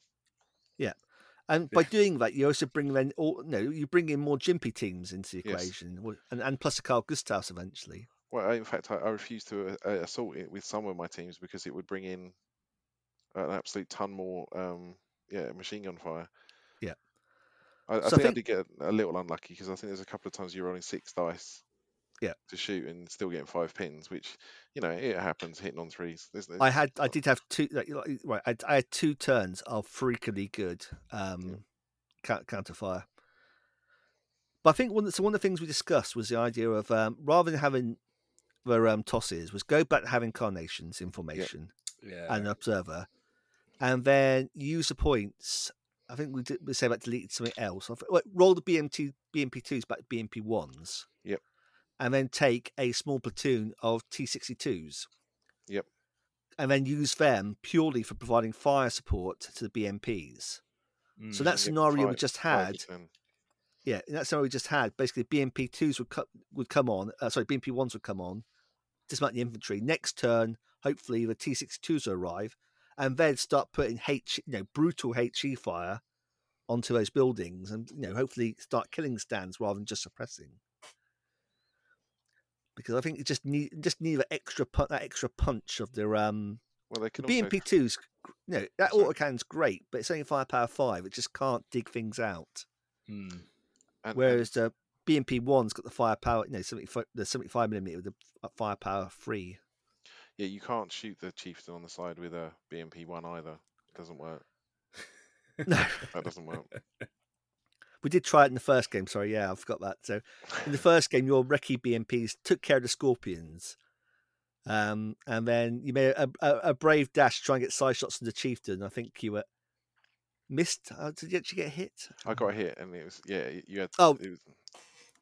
and by doing that, you also bring then all no, you bring in more Jimpy teams into the
Yes.
equation, wh- and, and plus a Carl Gustavs eventually.
Well, I, in fact, I, I refuse to uh, uh, assault it with some of my teams because it would bring in an absolute ton more, um, yeah, machine gun fire.
Yeah.
I, I
So I
think I
think-
did get a little unlucky because I think there's a couple of times you're rolling six dice.
Yeah.
To shoot and still getting five pins, which you know it happens. Hitting on threes. There's, there's,
I had I
not-
did have two like, you like- right. I, I had two turns of freakily good um coun- counterfire. But I think one so one of the things we discussed was the idea of um, rather than having the um, tosses was go back to having carnations in formation
Yeah.
and observer, and then use the points. I think we did we say about deleted something else. I think- well, roll the BMT BMP twos back to BMP ones.
Yep.
And then take a small platoon of T sixty twos.
Yep.
And then use them purely for providing fire support to the BMPs. So
Mm.
that
yeah,
scenario we
five-
just
five
had,
return.
yeah, in that scenario we just had, basically BMP twos would co- would come on. Uh, sorry, BMP ones would come on, dismount the infantry. Next turn, hopefully the T sixty twos will arrive, and then start putting H, you know, brutal HE fire onto those buildings, and you know, hopefully start killing stands rather than just suppressing. Because I think you just need just need that extra pu- that extra punch of their um
Well, they
the
can also
BMP two's gr- no that
Sorry.
auto can's great, but it's only firepower five. It just can't dig things out.
Mm.
and- and-
Whereas the BMP one's got the firepower, you know, 75, the seventy-five millimeter with the f- uh, firepower three.
Yeah, you can't shoot the chieftain on the side with a BMP one either. It doesn't work.
No,
That doesn't work.
we did try it in the first game. Sorry, yeah, I forgot that. So in the first game, your recce BMPs took care of the scorpions, um, and then you made a, a, a brave dash to try and get side shots on the chieftain. I think you were missed. Uh, did you actually get hit?
I got hit, and it was yeah. y- You had
Oh,
it was,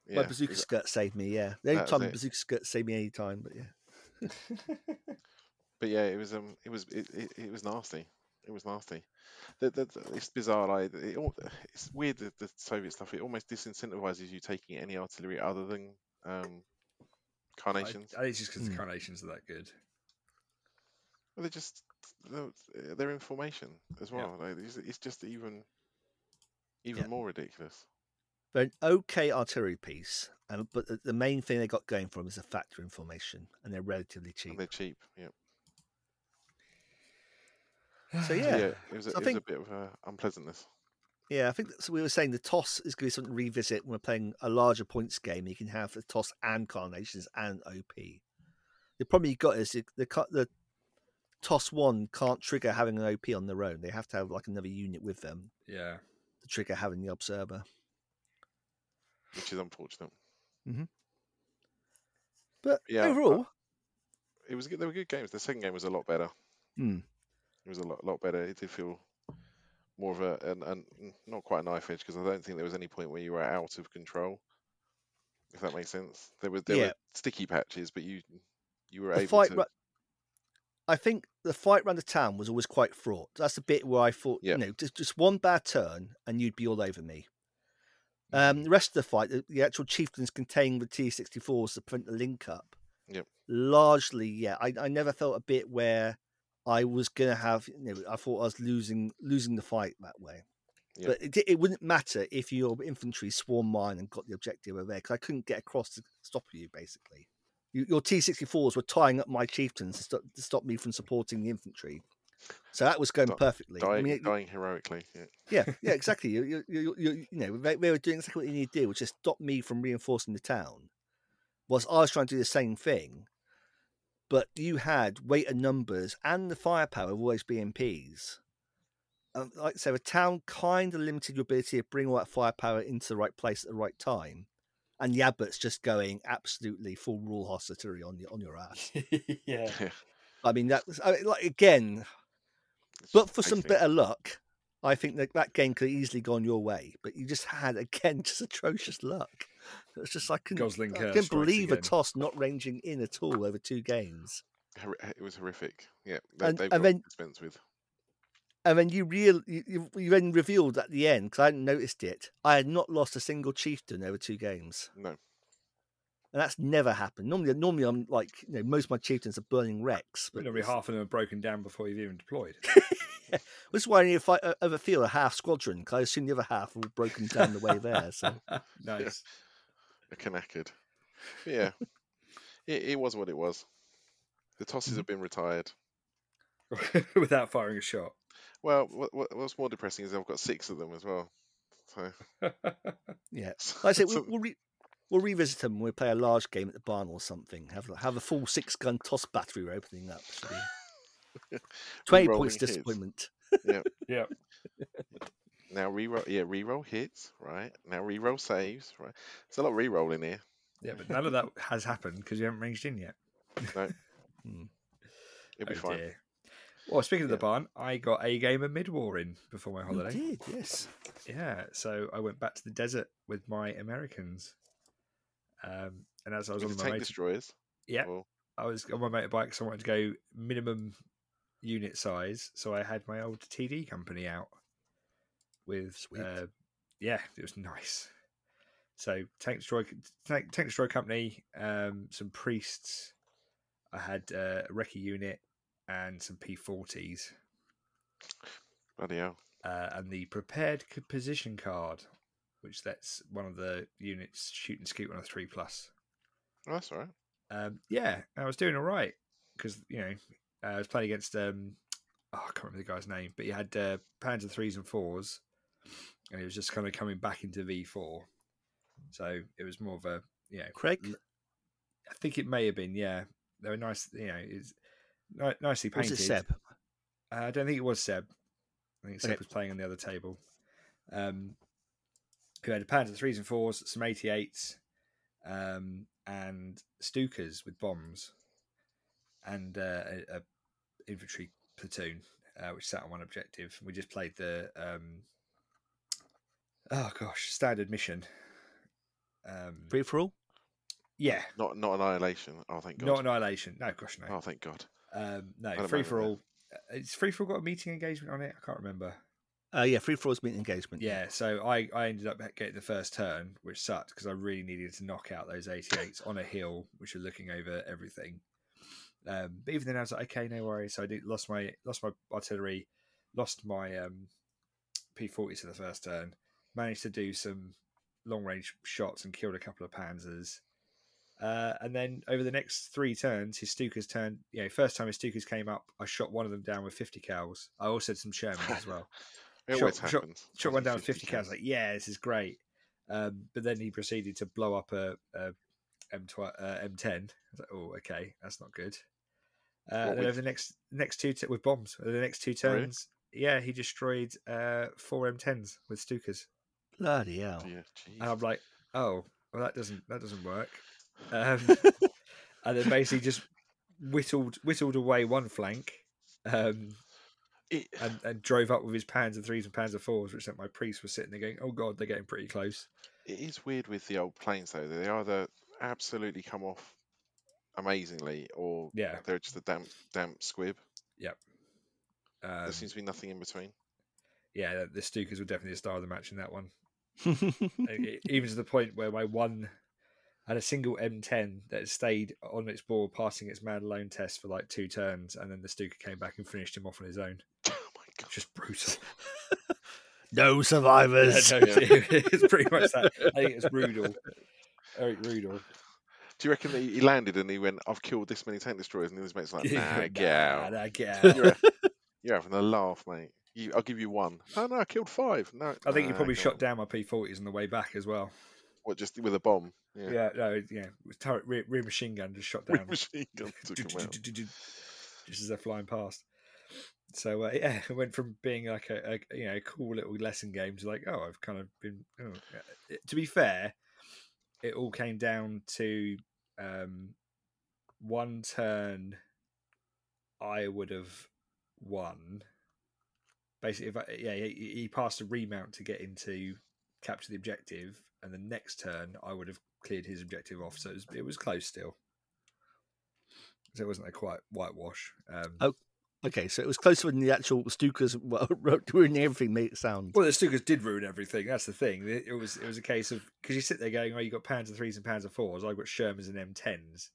My
yeah, it
bazooka
was-
skirt saved me. Yeah, the only
That was
time the
it.
bazooka skirt saved me any time, but yeah.
but yeah, it was um, it was it, it, it was nasty. It was nasty. That that it's bizarre. Like it, al- it's weird that the Soviet stuff. It almost disincentivizes you taking any artillery other than
I,
um,
I
carnations.
think it's just because
Mm.
the carnations are that good.
Well, they're just they're, they're in formation as well. Like, it's, it's just even even more ridiculous.
They're an okay artillery piece, and, but the, the main thing they got going for them is the factor information, and they're relatively cheap.
And they're cheap. Yeah.
So
So,
yeah,
yeah,
yeah,
it was, a,
So
it
I
was
think-
a bit of uh, unpleasantness.
I think so. We were saying the toss is going to be something to revisit when we're playing a larger points game. You can have the toss and carnations and OP. The problem you got is the the, ca- the toss one can't trigger having an OP on their own. They have to have like another unit with them
Yeah.
to trigger having the observer.
which is unfortunate.
But
Yeah, I-
overall,
It was good. They were good games. The second game was a lot better.
Hmm.
It was a lot, lot better. It did feel more of a an, an mm, not quite a knife edge because I don't think there was any point where you were out of control. If that makes sense, there were there
Yeah.
were sticky patches, but you you were
the
able
fight
to.
ru- I think the fight round the town was always quite fraught. That's the bit where I thought,
Yeah.
you know, just, just one bad turn and you'd be all over me. Um, the rest of the fight, the, the actual chieftains containing the T64s to prevent the link up.
Yep.
Largely, yeah. I, I never felt a bit where I was going to have, you know, I thought I was losing losing the fight that way.
Yep.
But it, di- it wouldn't matter if your infantry swarmed mine and got the objective over there because I couldn't get across to stop you, basically. you, your T64s were tying up my chieftains to stop, to stop me from supporting the infantry. So that was going
Di-
perfectly.
Dying,
I mean,
dying heroically. Yeah.
yeah, yeah, exactly. You, you, you, you, you know, they, they were doing exactly what they needed to do, which is stop me from reinforcing the town. Whilst I was trying to do the same thing, but you had weight and numbers and the firepower of all those BMPs. Um, like I say, the town kind of limited your ability of bringing all that firepower into the right place at the right time. And the abbot's just going absolutely full rule hostility on your on your ass.
yeah.
I mean, that was I mean, like again,
It's
but for some
tasty.
better luck, I think that that game could have easily gone your way. But you just had again just atrocious luck. It was just I couldn't,
Gosling
I
curse
couldn't
strikes
believe a
again.
toss not ranging in at all over two games.
Hor- It was horrific. Yeah, they,
And-
they've got
and then-
dispense with.
And then you real you, you- you then revealed at the end because I hadn't noticed it. I had not lost a single chieftain over two games.
No.
And that's never happened. Normally, normally I'm like, you know, most of my chieftains are burning wrecks, but
But every
this-
half of them are broken down before you've even deployed.
Which is why if I uh, ever feel a half squadron, 'cause I assume the other half are all broken down the way there. So
nice.
A knackered. But yeah, it, it was what it was. The tosses
Mm-hmm.
have been retired.
Without firing a shot.
Well, what, what, what's more depressing is I've got six of them as well. So,
yeah, like I said, we'll,
so-
we'll, re- we'll revisit them. when We play a large game at the barn or something. Have a- have a full six gun toss battery we're opening up. Should be- Twenty
Re-rolling
points
hits.
disappointment.
Yeah.
now reroll. Yeah, reroll hits. Right now reroll saves. Right, there's a lot of reroll in here.
Yeah, but none of that has happened because you haven't ranged in yet.
It'll
Oh,
be fine.
dear. Well, speaking of
Yeah.
the barn, I got a game of mid war in before my
You
holiday.
did, yes.
Yeah, so I went back to the desert with my Americans. Um, and as I was
With
on
the
my
tank
motor-
destroyers.
Yeah.
Well,
I was on my motorbike, so I wanted to go minimum unit size. So I had my old TD company out with,
Sweet.
uh, yeah, it was nice. So tank destroy, tank, tank destroy company, um, some priests. I had uh, a recce unit and some P40s,
bloody hell.
uh, and the prepared c- position card, which lets one of the units shoot and scoot on a three plus.
Oh, that's all right.
um, yeah, I was doing all right because you know uh, I was playing against um, oh, I can't remember the guy's name, but he had uh, Panzer threes and fours, and it was just kind of coming back into V four, so it was more of a you know
Craig,
L- I think it may have been yeah they were nice you know it's ni- nicely
was
painted.
it Seb?
Uh, I don't think it was Seb. I think Seb
Okay.
was playing on the other table. Um, who had a Panzer threes and fours, some eighty eights, um, and Stukas with bombs, and uh, a, a infantry platoon uh, which sat on one objective. We just played the um, oh gosh standard mission. Um,
Free for all?
yeah,
Not not annihilation. Oh, thank God.
not annihilation. No, gosh no.
Oh, thank God.
Um, no,
don't
free
mind
for
it, yeah.
all. Uh, It's free for all got a meeting engagement on it. I can't remember.
Uh, yeah, free for all's meeting engagement.
Yeah, so I, I ended up getting the first turn, which sucked because I really needed to knock out those 88s on a hill, which are looking over everything. Um, but even then, I was like, okay, no worries. So I did, lost my lost my artillery, lost my um, P40 to the first turn, managed to do some long range shots and killed a couple of panzers. Uh, and then over the next three turns, his Stukas turned. You know, first time his Stukas came up, I shot one of them down with 50 cals. I also had some Shermans as well.
It
Shot-
always
shot-
happens.
Shot
Doesn't
one
it?
down with 50
cans.
cows. Like, yeah, this is great. Um, but then he proceeded to blow up a, a M12, uh, M10. I was like, oh, okay, that's not good. Uh,
What
and then
with-
over the next next two t- with bombs, over the next two
Really?
turns, yeah, he destroyed uh, four M10s with Stukas,
Bloody hell.
Yeah,
and I'm
jeez.
like, oh, well that doesn't that doesn't work. Um, and then basically just whittled whittled away one flank, um,
It-
and, and drove up with his Panzer threes and Panzer fours, which meant my priests were sitting there going, "Oh God, they're getting pretty close."
It is weird with the old planes though. They either absolutely come off amazingly, or
Yeah.
they're just a damp, damp squib.
Um,
there seems to be nothing in between.
yeah, the- the Stukas were definitely the star of the match in that one. E- Even to the point where my one had a single M10 that had stayed on its ball, passing its man alone test for like two turns, and then the Stuka came back and finished him off on his own.
Oh my god!
Just brutal.
no
Yeah,
survivors.
no,
Yeah.
it's pretty much that. I think it's Rudel, Eric Rudel.
Do you reckon that he landed and he went, "I've killed this many tank destroyers," and his mate's like, "Nah, uh, get
nah,
out.
nah, get out.
You're, a- you're having a laugh, mate. You, I'll give you one. No, no, I killed five. No,
I think
nah,
you probably
go
shot
on."
down my P40s on the way back as well.
What, just with a bomb? Yeah,
Yeah, no, yeah, it was turret rear, rear machine gun just shot
With
down
machine gun took him out.
just as they're flying past. So uh, yeah, it went from being like a, a you know a cool little lesson game to like oh I've kind of been. Oh. uh, To be fair, it all came down to um, one turn. I would have won. Basically, if I, yeah, he, he passed a remount to get into capture the objective, and the next turn I would have cleared his objective off. So it was, it was close still. So it wasn't a quite whitewash. Um,
Oh. Okay, so it was closer than the actual Stukas doing everything made it sound.
Well, the Stukas did ruin everything. That's the thing. It, it was it was a case of because you sit there going, "Oh, you got Panzer threes and Panzer fours. I've got Shermans and M10s."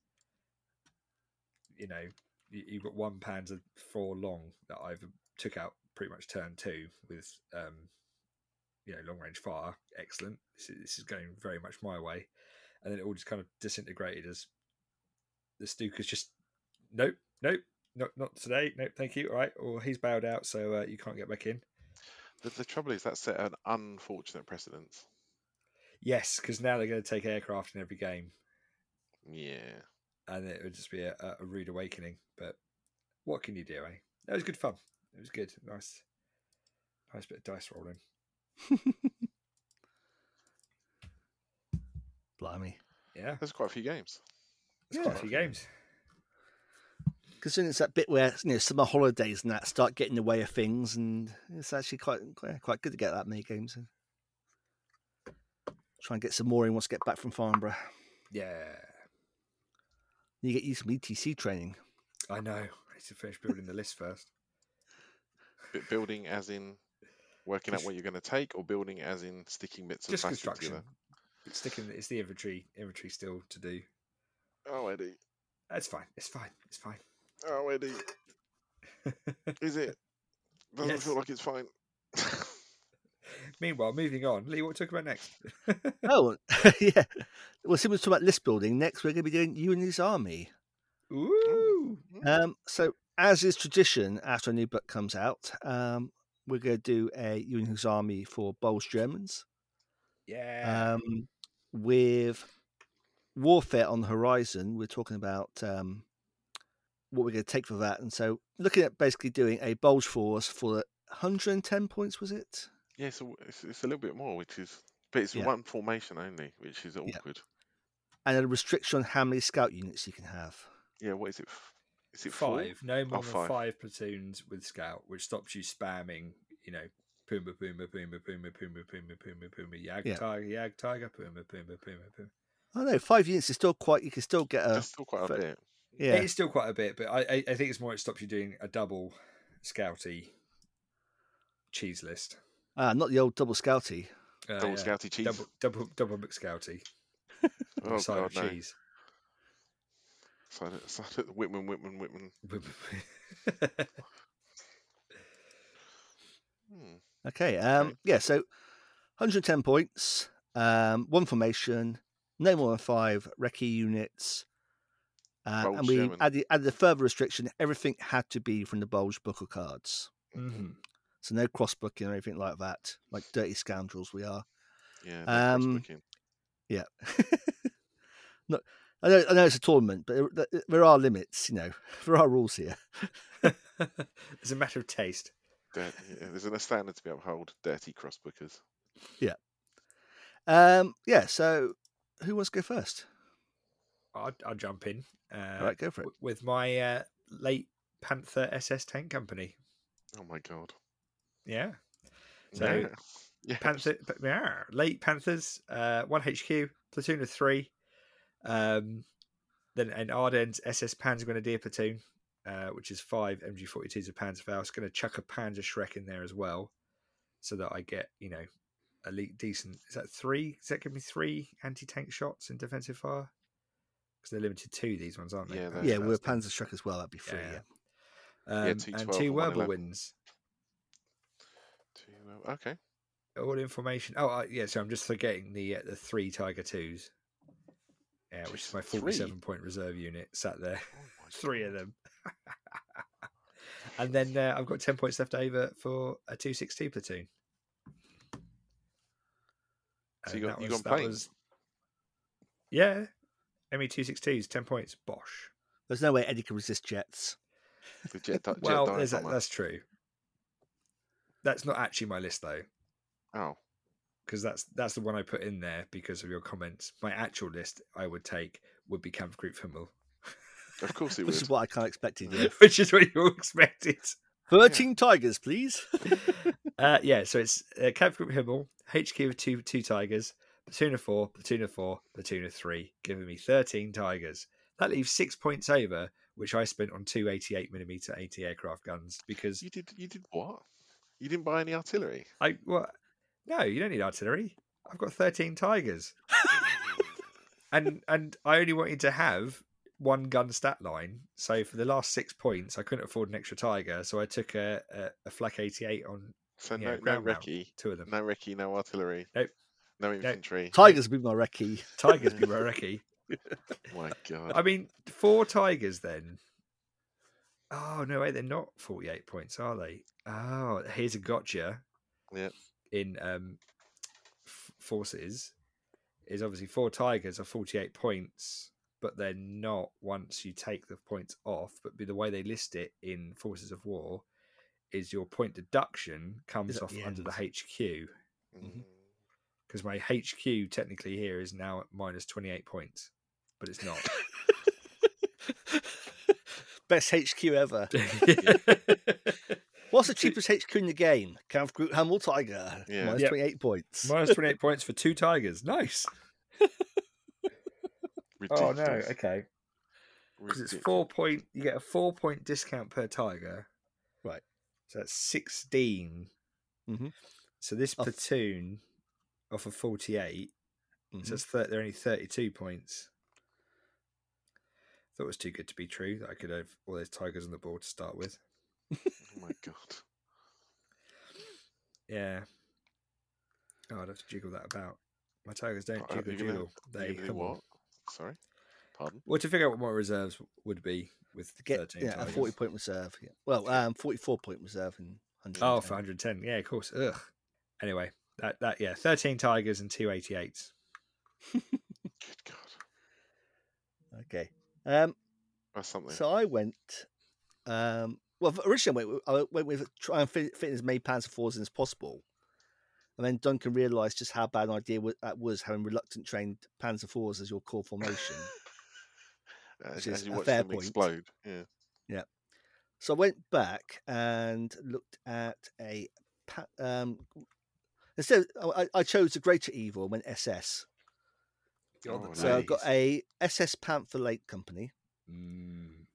You know, you, you've got one Panzer four long that I've took out pretty much turn two with, um, you know, long range fire. Excellent. This is, this is going very much my way, and then it all just kind of disintegrated as the Stukas just nope, nope, not not today. Nope, thank you. All right, or he's bowed out, so uh, you can't get back in.
The, the trouble is that set an unfortunate precedent.
Yes, because now they're going to take aircraft in every game,
Yeah.
and it would just be a, a- a rude awakening. But what can you do, eh? That was good fun. It was good. Nice, nice bit of dice rolling.
Blimey.
Yeah,
There's quite a few games.
it's
Yeah.
quite a few games.
Because soon it's that bit where you know summer holidays and that start getting in the way of things, and it's actually quite quite, quite good to get that many games. In. Try and get some more in once you get back from Farnborough.
Yeah,
You get you some ETC E training.
I know. I need to finish building the list first.
B- building as in working out what you're going to take, or building as in sticking bits of
just
plastic
construction.
together.
It's sticking. It's the inventory. Inventory still to do.
Oh, Eddie.
That's fine. It's fine. It's fine.
Oh, Eddie. Is it? Doesn't feel
Yes.
like it's fine.
Meanwhile, moving on. Lee, what we talk about next?
Oh, yeah. Well, since we're talking about list building, next we're going to be doing Uni's Army.
Ooh,
Um, so, as is tradition, after a new book comes out, um, we're going to do a Uni's Army for Bowles Germans
yeah.
um, with warfare on the horizon. We're talking about um, what we're going to take for that. And so, looking at basically doing a Bulge Force for 110 points, was it?
Yeah, so it's, it's a little bit more, which is, but it's
Yeah.
one formation only, which is awkward.
And a restriction on how many scout units you can have.
Yeah, what is it? f- Is it four?
five. No
Oh,
more than
five.
five. platoons with scout, which stops you spamming. You know, Puma, Puma, Puma, Puma, Puma, Puma, Puma, Puma, Yag
Yeah.
Tiger, Yag Tiger, Puma, Puma, Puma, Puma.
I know five units is still quite. You can still get a
That's still quite a
but-
bit.
yeah.
It is still quite a bit, but I, I, I think it's more it stops you doing a double scouty cheese list.
Ah, not the old double scouty.
Uh,
Double
yeah.
scouty cheese.
double, double, double McScouty. on the
oh,
side
God,
of
no.
cheese.
Side of- side of the Whitman, Whitman, Whitman. Hmm.
Okay. Um. Yeah. So, 110 points. Um. One formation. No more than five recce units. Uh,
Bulge
and we
Sherman.
added, added a further restriction. Everything had to be from the bulge book of cards.
hmm
So no cross booking or anything like that. Like dirty scoundrels we are.
Yeah. no
Um,
cross-booking.
Yeah. no, I know. I know it's a tournament, but there- there, there are limits. You know, there are rules here.
it's a matter of taste.
Dirt- yeah, There's a standard to be upheld. Dirty cross bookers.
Um. Yeah. So, who wants to go first?
I'll, I'll jump in. Uh,
All right, go for it.
w- with my uh, late Panther SS Tank Company.
Oh my god.
Yeah. So-
yeah. Yeah,
Panther, but- yeah, late Panthers, uh, one HQ, platoon of three, um, then an Ardennes SS Panzer Grenadier platoon, uh, which is five MG42s of Panzer Faust. Going to chuck a Panzer Shrek in there as well, so that I get you know elite decent. Is that three? Is that give me three anti tank shots and defensive fire? Because they're limited to these ones, aren't they?
Yeah,
Panzer
that's-
Yeah, we're
Faust.
Panzer Struck as well. That'd be free.
uh, Yeah.
yeah.
Um,
two
and
12
two
and one
Werber
11.
wins.
Two, uh, okay.
all information. Oh, uh, yeah. So I'm just forgetting the uh, the three Tiger twos Yeah, which is my
Three?
47 point reserve unit sat there.
Oh my
Three of
goodness.
them. and then uh, I've got 10 points left over for a 262 platoon.
So
And
you got-
that
you
was-
gone
that
planes?
was- Yeah. E ME 262s, 10 points. Bosh.
There's no way Eddie can resist jets.
The jet, di- jet
Well,
dive
there's that,
bomber.
that's true. That's not actually my list though,
Oh,
because that's that's the one I put in there because of your comments. My actual list I would take would be Kampfgruppe Himmel,
of course it
Which
was.
is what I kind of expected. Yeah.
which is what you all expected.
Thirteen tigers, please.
uh, yeah, so it's uh, Kampfgruppe Himmel, HQ of two two tigers, platoon of four, platoon of four, platoon of three, giving me thirteen tigers. That leaves six points over, which I spent on two 88 millimeter anti aircraft guns because
You did. You did what? You didn't buy any artillery.
I what? No, you don't need artillery. I've got thirteen tigers, and and I only wanted to have one gun stat line. So for the last six points, I couldn't afford an extra tiger, so I took a a, a flak eighty eight on
So
Yeah,
no, no
ground mount.
recce,
two of them.
no recce, no artillery,
Nope.
no infantry.
Tigers would be my recce.
Tigers be recce.
Oh My God,
I mean, four tigers then. Oh no, wait, they're not forty eight points, are they? Oh, here's a gotcha.
Yeah.
In um, f- forces is obviously four tigers are forty eight points, but they're not once you take the points off. But be- the way they list it in forces of war is your point deduction comes
at
off
the
under the
end.
HQ Mhm.
Mm,
because my HQ technically here is now at minus twenty eight points, but it's not.
Best HQ ever. What's the cheapest HQ in the game? Cav Groot Hamill Tiger.
Yeah.
Minus
Yep.
28 points.
Minus 28 points for two Tigers. Nice.
ridiculous.
Oh, Okay. Because it's
ridic-
four point, you get a four point discount per Tiger.
Right.
So that's 16.
Mm-hmm.
Mhm.
So this
Off-
platoon off of 48,
Mm-hmm.
Mhm.
so it's thir- they're only 32 points. Thought it was too good to be true that I could have all those Tigers on the board to start with.
Oh my God.
Yeah. Oh, I'd have to jiggle that about. My Tigers don't
Uh,
jiggle,
you're gonna-
jiggle.
You
They
really
humble.
what? Sorry. Pardon.
Well, to figure out what my reserves would be with
Get
13
yeah, a
tigers.
40 point reserve. Yeah. Well, um, 44 point reserve and 100.
Oh, for 110. Yeah, of course. Ugh. Anyway, that, that yeah, 13 tigers and 288s.
Good God.
Okay. Um,
That's something.
so I went. Um, well, originally I went, with- I went with try and fit, fit as many Panzer fours in as possible. And then Duncan realised just how bad an idea wa- that was having reluctant trained Panzer fours as your core formation.
as,
which
as
is
you
a
watch
fair
them
point.
explode. Yeah.
So I went back and looked at a pa- um, instead of- I, I- I chose the Greater Evil and went SS.
You're
Oh,
the
So I've got
days.
a SS Panther Lake Company.
Mm.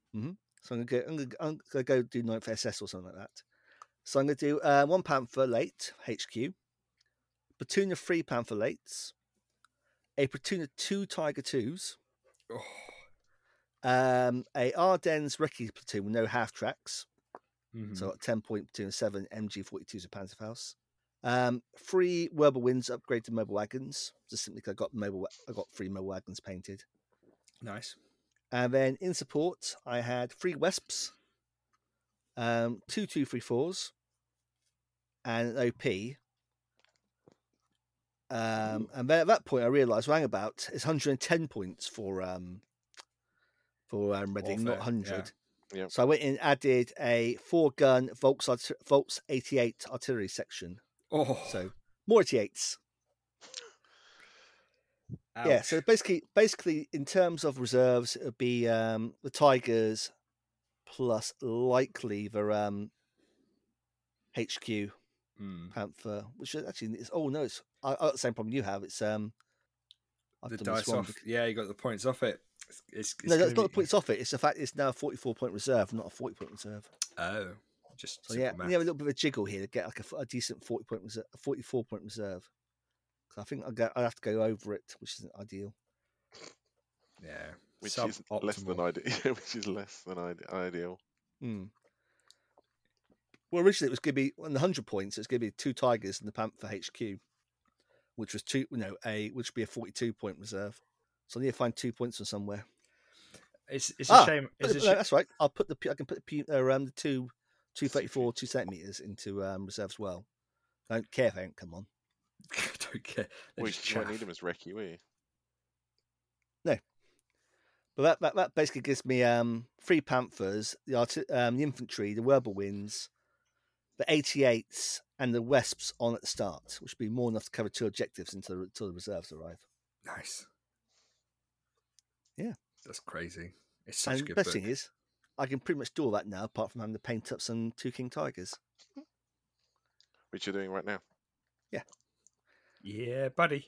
So I'm gonna go. I'm gonna, I'm gonna go do ninth SS or something like that. So I'm gonna do uh, one Panther Late HQ, platoon of three Panther Lates, a platoon of two Tiger Twos,
Oh,
um, a Ardennes Recce platoon with no half tracks.
mhm.
So at 10 point two and seven MG 42s of Panzerfaust. Um, three Werber Winds upgraded mobile wagons. Just simply 'cause I got mobile, wa- I got three mobile wagons painted.
nice.
And then in support, I had three Wesps, um, two 234s, and an OP. Um, and then at that point, I realised rang about is 110 points for um, for um, Reading, not
Warfare, yeah.
100.
Yep.
So I went in and added a four gun Volks, arti- Volks 88 artillery section.
Oh,
So more 88s.
ouch.
Yeah, so basically, basically, in terms of reserves, it would be um, the Tigers plus likely the um, HQ
Mm.
Panther, which is actually it's oh no, it's I, I got the same problem you have. It's um, I've
the
done this
dice
wrong
off.
bec-
Yeah, you got the points off it. It's, it's, it's
No, that's
gonna
not the
be-
points off it. It's the fact it's now a forty-four point reserve, not a forty point reserve.
Oh, just
So
simple
yeah,
math.
you have a little bit of a jiggle here to get like a, f- a decent forty point reserve, a forty-four point reserve. 'Cause I think I'll go, I'd have to go over it, which isn't ideal.
yeah.
Which is less than
suboptimal.
ideal. Yeah, which is less than ide- ideal.
Mm. Well, originally it was going to be on the hundred points. It's going to be two tigers and the panther HQ, which was two, you know, a which would be a forty-two point reserve. So I need to find two points from somewhere.
It's it's a
Ah,
shame.
Put
It's
the-
a
no,
sh-
that's right. I'll put the pu- I can put the pu- uh, um, the two two thirty four two centimeters into um, reserve as well. I don't care if I don't come on.
don't care. They're
Well, you
just
won't
chaff.
need him as recce, will you?
But that, that, that basically gives me um, three Panthers, the, arti- um, the infantry, the Werberwinds, the 88s, and the Wesps on at the start, which would be more than enough to cover two objectives until, the- until the reserves arrive.
Nice.
Yeah.
That's crazy. It's such a
and the
good
best
book.
thing is, I can pretty much do all that now, apart from having to paint up some Two King Tigers.
Which you're doing right now.
Yeah, buddy.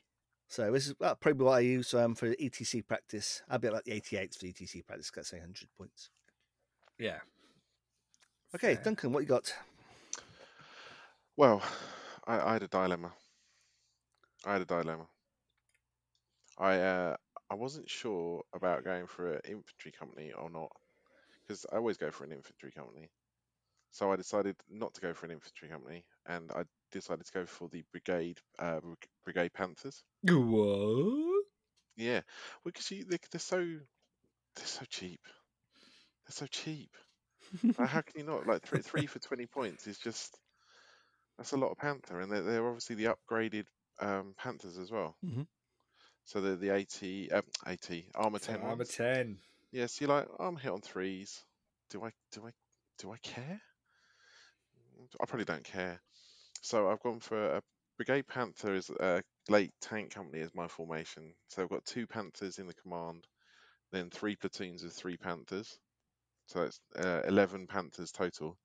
So this is uh, probably what I use um, for ETC practice. I'll be at like the 88s for ETC practice, got say 100 points.
Yeah.
Okay,
Fair.
Duncan, what you got?
Well, I, I had a dilemma. I had a dilemma. I uh, I wasn't sure about going for an infantry company or not, because I always go for an infantry company. So I decided not to go for an infantry company, and I decided to go for the brigade uh, Brig- brigade panthers.
Whoa.
Yeah, because you, they, they're so they're so cheap. They're so cheap. Like, how can you not like three, three for twenty points is just that's a lot of panther, and they're, they're obviously the upgraded um, panthers as well.
Mhm.
So they're the eighty, um, eighty armor ten.
Ten out
ones.
of ten.
Yeah, so you're like, I'm hit on threes. Do I do I do I care? I probably don't care. So I've gone for a Brigade Panther is a late tank company as my formation. So I've got two Panthers in the command, then three platoons of three Panthers. So that's uh, eleven Panthers total,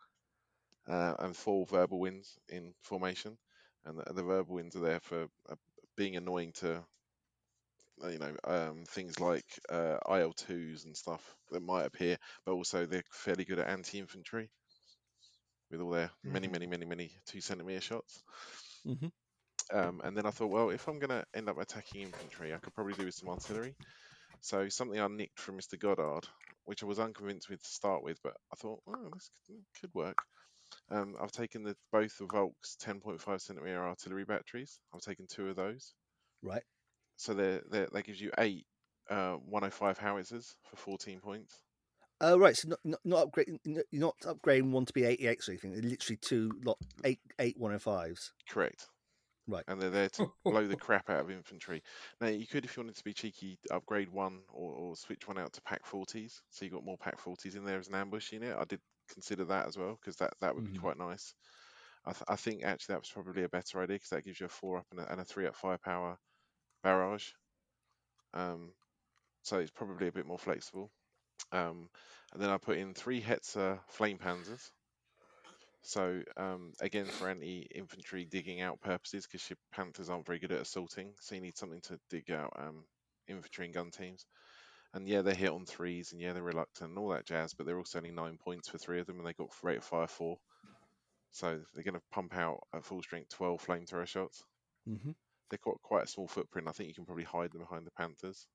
uh, and four verbal wins in formation. And the, the verbal wins are there for uh, being annoying to uh, you know um, things like uh, IL twos and stuff that might appear, but also they're fairly good at anti infantry with all their many,
Mhm.
many, many, many two centimeter shots.
Mhm.
Um, and then I thought, well, if I'm going to end up attacking infantry, I could probably do with some artillery. So something I nicked from Mr. Goddard, which I was unconvinced with to start with, but I thought, oh, this could, could work. Um, I've taken the both the Volk's 10.5 centimeter artillery batteries. I've taken two of those
Right.
so they're, they're, that gives you eight uh, 105 howitzers for 14 points.
Oh, right. So not, not, not upgrade, n- n- you're not upgrading one to be 88s or anything. They're literally two lot eight eight 105s.
Correct.
Right.
And they're there to blow the crap out of infantry. Now, you could, if you wanted to be cheeky, upgrade one or, or switch one out to pack 40s. So you got more pack 40s in there as an ambush unit. I did consider that as well because that, that would be
Mhm.
quite nice. I, th- I think actually that was probably a better idea because that gives you a four up and a, and a three up firepower barrage. Um, so it's probably a bit more flexible. Um, and then I put in three Hetzer flame panzers. So um, again, for anti-infantry digging out purposes, because your panthers aren't very good at assaulting, so you need something to dig out um, infantry and gun teams. And yeah, they're hit on threes, and yeah, they're reluctant and all that jazz, but they're also only nine points for three of them, and they got f- rate of fire four. So they're going to pump out at full strength twelve flamethrower shots.
Mm-hmm.
They've got quite a small footprint. I think you can probably hide them behind the panthers.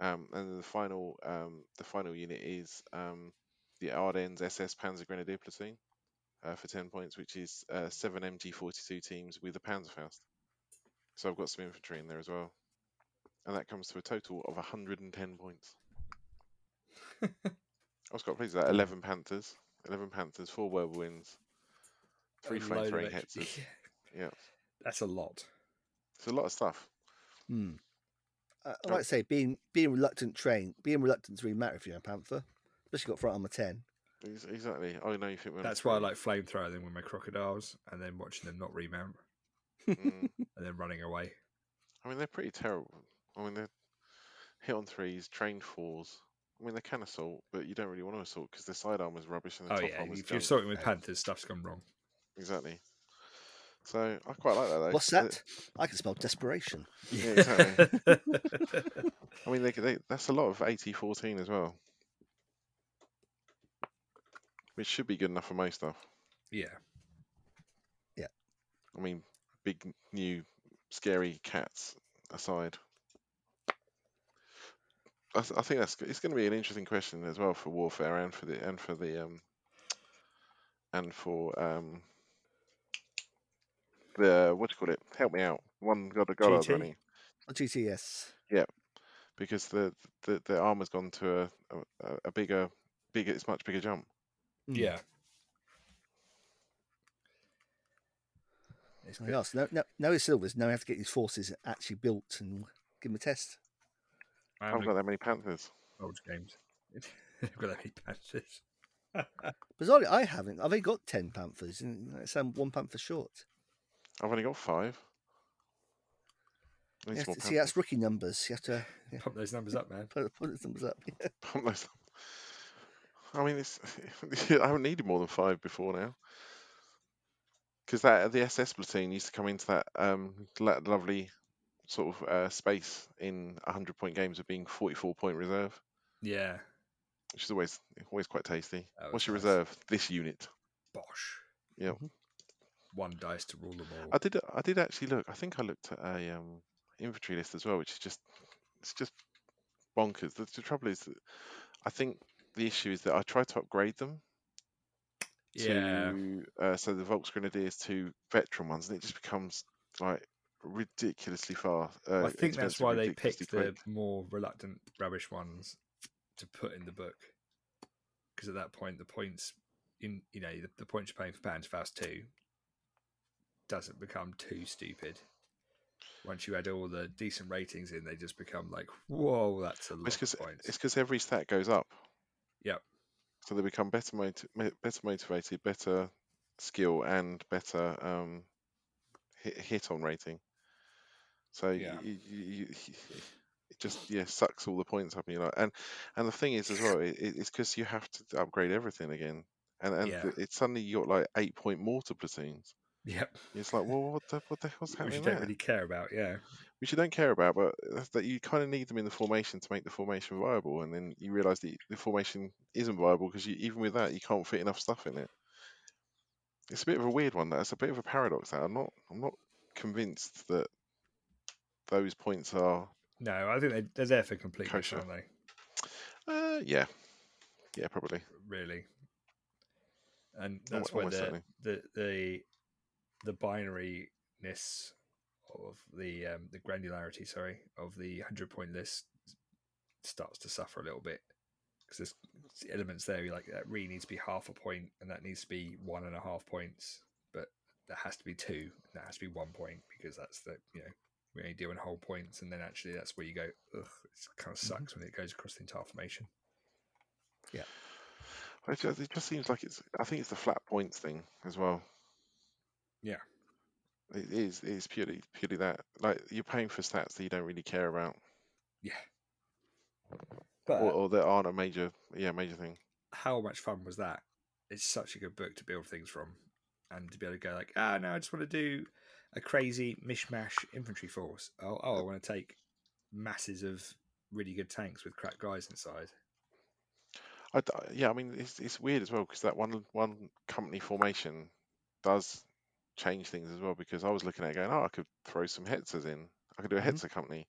Um, and then the final, um, the final unit is um, the Ardennes SS Panzer Grenadier Platoon uh, for ten points, which is uh, seven MG42 teams with a Panzerfaust. So I've got some infantry in there as well, and that comes to a total of 110 points. I was quite pleased with that. 11 Panthers, 11 Panthers, four Whirlwinds, three
A load of
flamethrowing
extra-
Hetzers. Yeah.
That's a lot.
It's a lot of stuff.
Hmm. Uh, I
Oh.
might say being being reluctant train being reluctant doesn't really matter if you're a Panther, especially if you've got front armor ten.
Ex- Exactly. I know you think we're on
That's why I
three.
like flamethrower them with my crocodiles and then watching them not remount
Mm.
and then running away.
I mean, they're pretty terrible. I mean, they're hit on threes, trained fours. I mean, they can assault, but you don't really want to assault because their side armor's rubbish and the
oh
top
yeah,
armor's
if you're
junk.
sorting with panthers, stuff's gone wrong.
Exactly. So I quite like that though.
What's
They-
that? I can smell desperation.
Yeah, exactly. I mean, they, they, that's a lot of 80-14 as well, which should be good enough for most stuff.
yeah.
I mean, big new scary cats aside. I, th- I think that's g- it's going to be an interesting question as well for warfare and for the and for the um and for um the what do you call it? Help me out. One got a god
GT?
running
Not GTS.
because the the, the armor's gone to a, a a bigger bigger it's much bigger jump.
Mm.
Yeah.
It's something else. Oh, No, no, no, it's silvers. Now we have to get these forces actually built and give them a test.
I
I
haven't
haven't got that many panthers.
old games. I've got that many patches.
Bizarrely, I haven't. I've only got 10 Panthers, and that's um, one Panther short.
I've only got five. I
You
need
have
some
to-
more
see, that's rookie numbers. You have to Yeah.
Pump those numbers up, man.
put, put the numbers up.
pump those up. I mean, it's, I haven't needed more than five before now. Because that the SS platoon used to come into that um, lo- lovely sort of uh, space in 100 point games of being 44 point reserve,
Yeah.
which is always always quite tasty.
That was
What's your
nice.
reserve? This unit.
Bosh.
Yep.
One dice to rule them all.
I did I did actually look. I think I looked at a um, inventory list as well, which is just it's just bonkers. The, the trouble is, that I think the issue is that I try to upgrade them
yeah.
to uh, so the Volks Grenadiers to veteran ones, and it just becomes like ridiculously far. Uh,
I think that's
expensive,
why they
ridiculously
picked the
quick.
more reluctant rubbish ones to put in the book. Because at that point, the points in you know the, the points you're paying for Panzerfaust two doesn't become too stupid. Once you add all the decent ratings in, they just become like, whoa, that's a lot
It's
of
because
points.
it's because every stat goes up.
Yep.
So they become better moti- mo- better motivated, better skill, and better um, hit, hit on rating. So
Yeah.
you, you, you, it just yeah sucks all the points up in your life. And and the thing is as well, it, it- it's because you have to upgrade everything again, and and
Yeah.
th- it's suddenly you got like eight point mortar platoons.
Yep,
It's like, well, what the, what the hell's
which
happening
you
there?
don't really care about. Yeah,
Which you don't care about, but that's that you kind of need them in the formation to make the formation viable, and then you realise that the formation isn't viable because you, even with that, you can't fit enough stuff in it. It's a bit of a weird one. That's a bit of a paradox. That I'm not, I'm not convinced that those points are.
no, I think they, they're there for completeness,
Kosher.
aren't they?
Uh, yeah, yeah, probably.
Really, and
Al-
that's where
almost
the,
certainly.
the the the binariness of the um, the granularity, sorry, of the hundred point list starts to suffer a little bit because there's elements there. You're like that really needs to be half a point, and that needs to be one and a half points, but that has to be two, and that has to be one point because that's the you know we only deal in whole points, and then actually that's where you go. Ugh, it
Mm-hmm.
kind of sucks when it goes across the entire formation.
It just, it just seems like it's. I think it's the flat points thing as well.
Yeah.
It is. It's purely purely that. Like you're paying for stats that you don't really care about,
Yeah, but
or, or that aren't a major. Yeah, major thing.
how much fun was that? It's such a good book to build things from, and to be able to go like, ah, no, I just want to do a crazy mishmash infantry force. Oh, oh, I want to take masses of really good tanks with crap guys inside.
I d yeah, I mean it's it's weird as well because that one one company formation does change things as well. Because I was looking at it going, oh, I could throw some hetzers in. I could do a
Mhm.
hetzer company.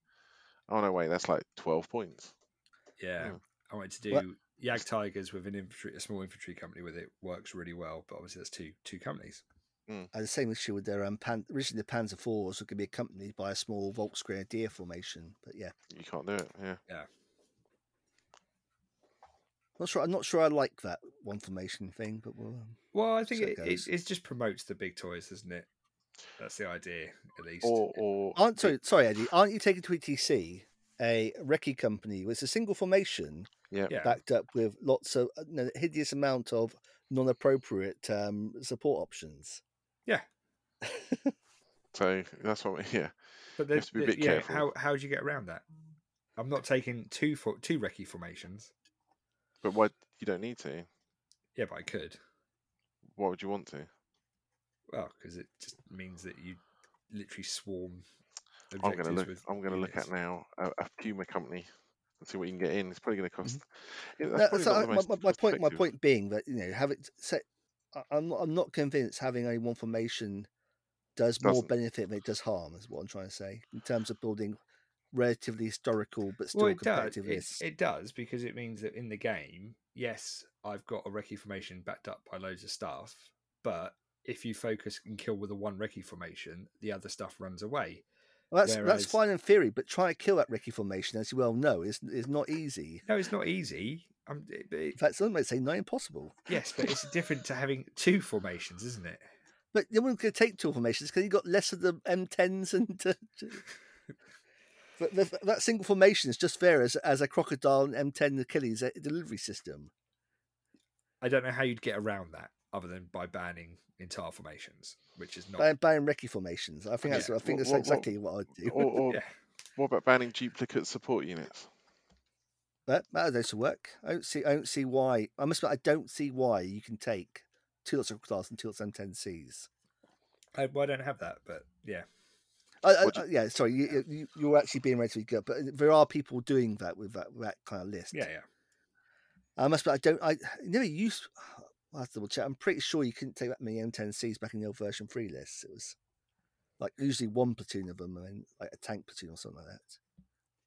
Oh no, wait, that's like twelve points.
Yeah,
Hmm.
I wanted to do
Well-
Yag Tigers with an infantry, a small infantry company with it works really well, but obviously that's two two companies.
I had the same issue with their um, pan- originally the Panzer IVs were going to be accompanied by a small Volksgrenadier deer formation, but yeah,
You can't do it. Yeah,
not sure. I'm not sure I like that one formation thing, but we'll, um,
Well, I think
So it
it, it,
goes.
it just promotes the big toys, doesn't it? That's the idea, at least.
or or
aren't sorry, sorry, Eddie, aren't you taking to ETC a recce company? where It's a single formation
yeah,
yeah,
backed up with lots of uh, no, hideous amount of non-appropriate um, support options.
So that's what. we- Yeah,
But
You
the,
have to be a
the-
bit
yeah,
careful.
how how do you get around that? I'm not taking two for two recce formations.
but why you don't need to?
Yeah, but I could.
Why would you want to?
Well, because it just means that you literally swarm.
I'm going
objectives
to look.
with
I'm going to look
units.
at now a, a Puma company and see what you can get in. It's probably going to cost. Yeah, that's probably
No, Mm-hmm. so
not
I-
the
my,
most
my, my point, my
cost-effective.
point being that you know, have it set. I- I'm not, I'm not convinced having only one formation does more
Doesn't.
benefit than it does harm. Is what I'm trying to say in terms of building relatively historical but still
well, it does.
competitive
It,
lists.
it does because it means that in the game, yes, I've got a recce formation backed up by loads of stuff, but if you focus and kill with a one recce formation, the other stuff runs away.
Well, that's
Whereas-
that's fine in theory, but trying to kill that Ricky formation, as you well know, is is not easy.
No, it's not easy. Um, it- but it-
In fact, some might say not impossible.
yes, but it's different to having two formations, isn't it?
But no one's going to take two formations because you got less of the M10s and. Uh, but the, that single formation is just there as as a crocodile and M10 Achilles uh, delivery system.
I don't know how you'd get around that other than by banning entire formations, which is not.
Ban ban recce formations. I think that's
Yeah.
I
Wha-
think that's
wha- wha-
exactly what I'd do.
Or, or
Yeah.
what about banning duplicate support units?
That that does work. I don't see. I don't see why. I must. admit, I don't see why you can take two lots of crocodiles and two lots of M10Cs.
I, well, I don't have that, but yeah,
I, I,
What do
I- yeah, sorry, you, you- you, you're actually being relatively good, but there are people doing that with that, that kind of list.
yeah, yeah.
I must. admit, I don't. I never used. I'll have to double check. I'm pretty sure you couldn't take that many M10Cs back in the old version three lists. It was like usually one platoon of them, and then like a tank platoon or something like that.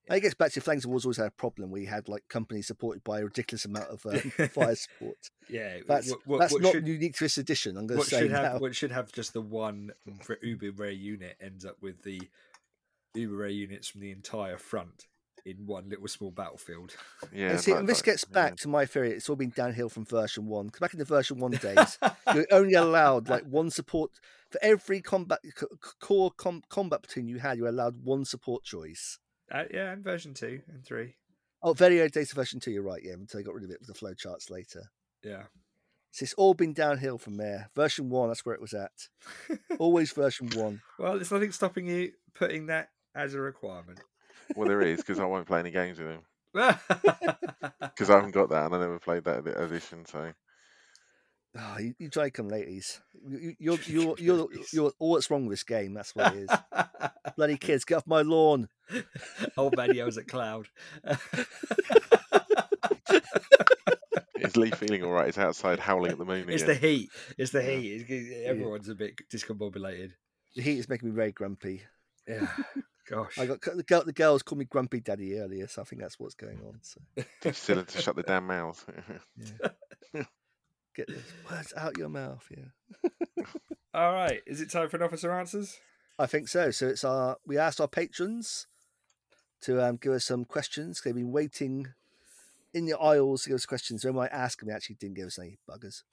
And it gets back to Flames of War's always had a problem. We had like companies supported by a ridiculous amount of um, fire support.
Yeah, w-
That's
Uh, what, what,
that's
what
not
should,
unique to this edition. I'm going
what
to say
should
now.
have what should have just the one r- uber rare unit ends up with the uber rare units from the entire front in one little small battlefield.
Yeah.
and see,
like-
and this
like-
gets
yeah.
back to my theory. It's all been downhill from version one. 'Cause back in the version one days, you're only allowed like one support for every combat c- c- core com- combat platoon you had. You were allowed one support choice.
Uh, yeah, and version two and three.
Oh, very early days of version two. You're right. Yeah, until they got rid of it with the flow charts later.
Yeah,
So it's all been downhill from there. Version one, that's where it was at. Always version one.
well, there's nothing stopping you putting that as a requirement.
Well, there is because I won't play any games with him because
Because
I haven't got that and I never played that edi- edition. So
Oh, you, you try to come ladies. You, you, you're, you're, you're,
Ladies.
you're all that's wrong with this game. That's what it is. Bloody kids, get off my lawn.
Old man yells at cloud.
is Lee feeling all right? He's outside howling at the moon
It's the
again.
heat. It's the
Yeah.
heat. It's, it's- everyone's a bit discombobulated.
The heat is making me very grumpy.
Yeah. Gosh.
I got the, girl, the girls called me Grumpy Daddy earlier, so I think that's what's going on. So
Teach Scylla to shut the damn mouth.
get those words out your mouth. Yeah,
All right. Is it time for an officer answers?
I think so. So it's our we asked our patrons to um, give us some questions. They've been waiting in the aisles to give us questions. They might ask, and they actually didn't give us any buggers.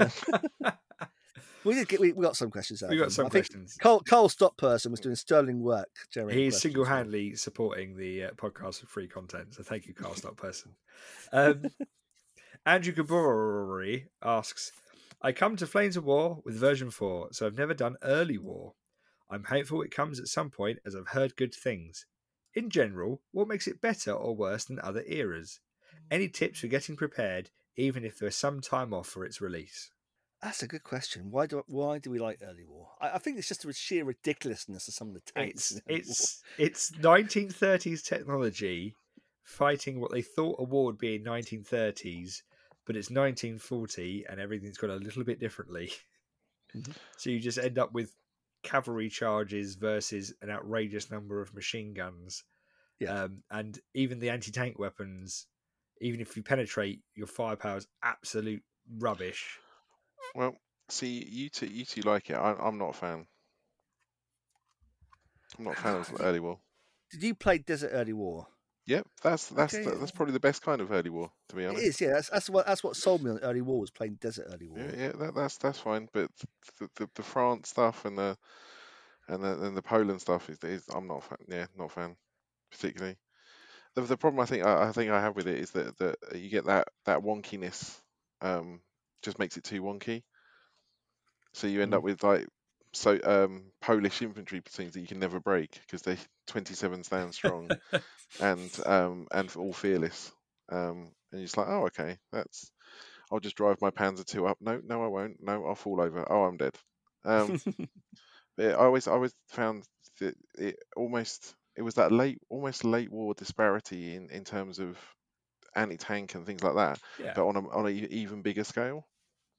um, We did get we, we got some questions out.
we
of
got
them.
some
I think
questions.
Carl, Carl Stockperson was doing sterling work. generating
He is
questions.
single handedly supporting the uh, podcast with free content. So thank you, Carl Stop Person. Um, Andrew Gabori asks I come to Flames of War with version 4, so I've never done early war. I'm hopeful it comes at some point as I've heard good things. In general, what makes it better or worse than other eras? Any tips for getting prepared, even if there's some time off for its release?
That's a good question. Why do why do we like early war? I, I think it's just the sheer ridiculousness of some of the tanks.
it's
in early war.
it's it's 1930s technology fighting what they thought a war would be in 1930s but it's 1940 and everything's gone a little bit differently
Mhm.
so you just end up with cavalry charges versus an outrageous number of machine guns
Yeah.
um, and even the anti-tank weapons even if you penetrate your firepower is absolute rubbish
well, see, you two, you two like it. I, I'm not a fan. I'm not a fan
Ah,
of early war.
Did you play Desert Early War?
Yep, that's that's
Okay,
the-
yeah.
that's probably the best kind of early war, to be
It
honest.
is, yeah. That's, that's what that's what sold me on early war was playing Desert Early War.
Yeah, yeah, that, that's that's fine. But the, the the France stuff and the and the and the Poland stuff is, is I'm not a fan. Yeah, not a fan particularly. The, the problem I think I, I think I have with it is that that you get that that wonkiness um just makes it too wonky. So you end
Mm.
up with like so um Polish infantry platoons that you can never break because they 27 stand strong and um and f- all fearless. Um, and you're just like, oh, okay, that's. I'll just drive my Panzer two up. No, no, I won't. No, I'll fall over. Oh, I'm dead. Um, yeah, I always, I always found that it almost, it was that late, almost late war disparity in in terms of anti-tank and things like that,
yeah
but on a on a e- even bigger scale.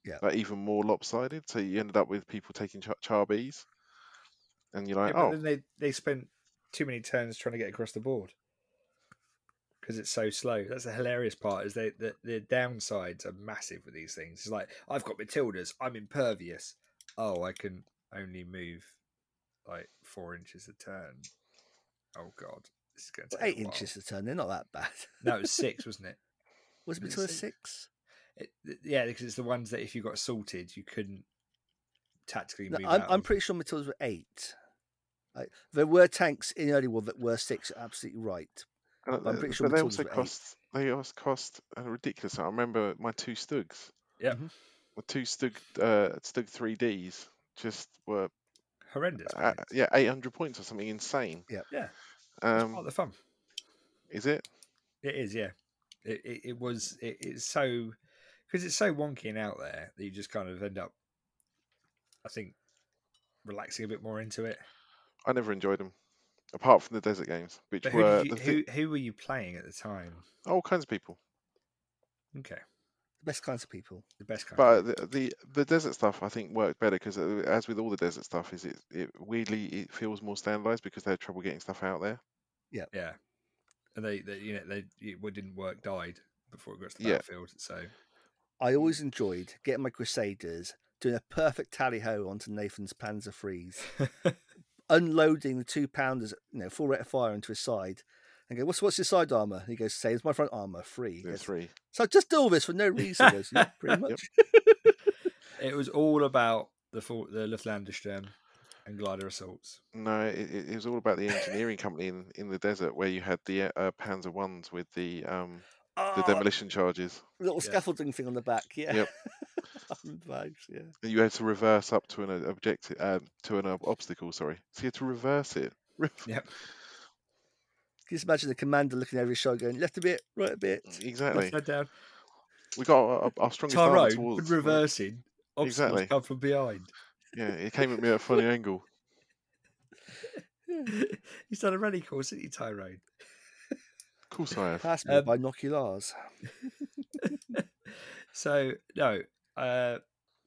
Yeah.
Like even more lopsided. So you ended up with people taking char- charbies, and you're
Yeah,
like,
but
oh,
then they, they spent too many turns trying to get across the board because it's so slow. That's the hilarious part is they the, the downsides are massive with these things. It's like I've got Matildas, I'm impervious. Oh, I can only move like four inches a turn. Oh god, this is going to
Well,
take
eight
a while.
inches a ton. They're not that bad.
No, it was six, wasn't it?
Was it
was it
between a
six?
six?
it th- yeah, because it's the ones that if you got assaulted, you couldn't tactically
No,
move.
I'm,
out
I'm
of.
pretty sure Matildas were eight. I, there were tanks in early war that were six. you're Absolutely right.
Uh,
I'm
they-
pretty sure
but they
Matilda's
also
were eight.
cost. They also cost a ridiculous. amount. I remember my two Stugs,
yeah,
Mhm.
my two Stug uh, Stug 3Ds, just were
horrendous.
uh,
points.
yeah 800 points or something insane.
Yeah.
Yeah. It's part of
Um,
the fun.
is it?
It is, yeah. It it, it was it, it's so because it's so wonky and out there that you just kind of end up, I think, relaxing a bit more into it.
I never enjoyed them, apart from the desert games, which
But who
were
did you,
the thi-
who who were you playing at the time?
all kinds of people.
Okay,
The best kinds of people.
the best kind.
But the, the the desert stuff I think worked better because as with all the desert stuff, is it, it weirdly it feels more standardized because they had trouble getting stuff out there.
yeah, and they, they you know they it, what didn't work died before it got to the
Yeah.
battlefield. So
Hmm.
I always enjoyed getting my Crusaders, doing a perfect tally ho onto Nathan's Panzer Freeze, unloading the two pounders, you know, full rate of fire into his side, and go, "What's what's your side armor?" And he goes, "Say it's my front armor, free." He
The
goes,
three.
So I just do all this for no reason. He goes, "Yeah, pretty
Yep.
much.
it was all about the full, the Luftlandesturm and glider assaults.
No, it, it it was all about the engineering company in, in the desert where you had the uh, uh, Panzer ones with the um, the
Oh.
Ah,
demolition charges.
little
Yeah.
scaffolding thing on the back. Yeah.
Yep.
Vibes, yeah.
And you had to reverse up to an uh, objective uh, to an ob- obstacle. Sorry, so you had to reverse it.
Yep.
Can you just imagine the commander looking over his shoulder going, left a bit, right a bit?
exactly.
Upside down.
We got our, our- our strongest armor
Tyrone
towards.
would reverse in. Obstacles
Exactly.
come from behind.
Yeah, it came at me at a funny angle.
He's done a rally course, isn't he, Tyrone?
Of course I have.
Pass me
Um,
binoculars.
So no, uh,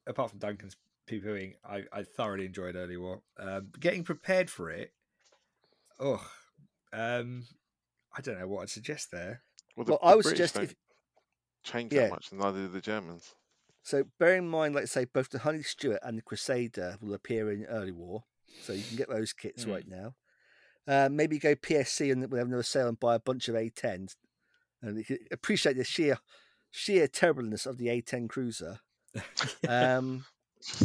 apart from Duncan's poo pooing, I, I thoroughly enjoyed early war. Um, getting prepared for it. Oh, um, I don't know what I'd suggest there.
the,
Well,
the
I would
British
suggest
don't
if
change
yeah.
that much, and neither did the Germans.
so, bearing in mind, let's say both the Honey Stewart and the Crusader will appear in early war, so you can get those kits
Mm.
right now. Uh, maybe go PSC and we'll have another sale and buy a bunch of A10s, and you can appreciate the sheer sheer terribleness of the A10 cruiser.
Uh,
Um,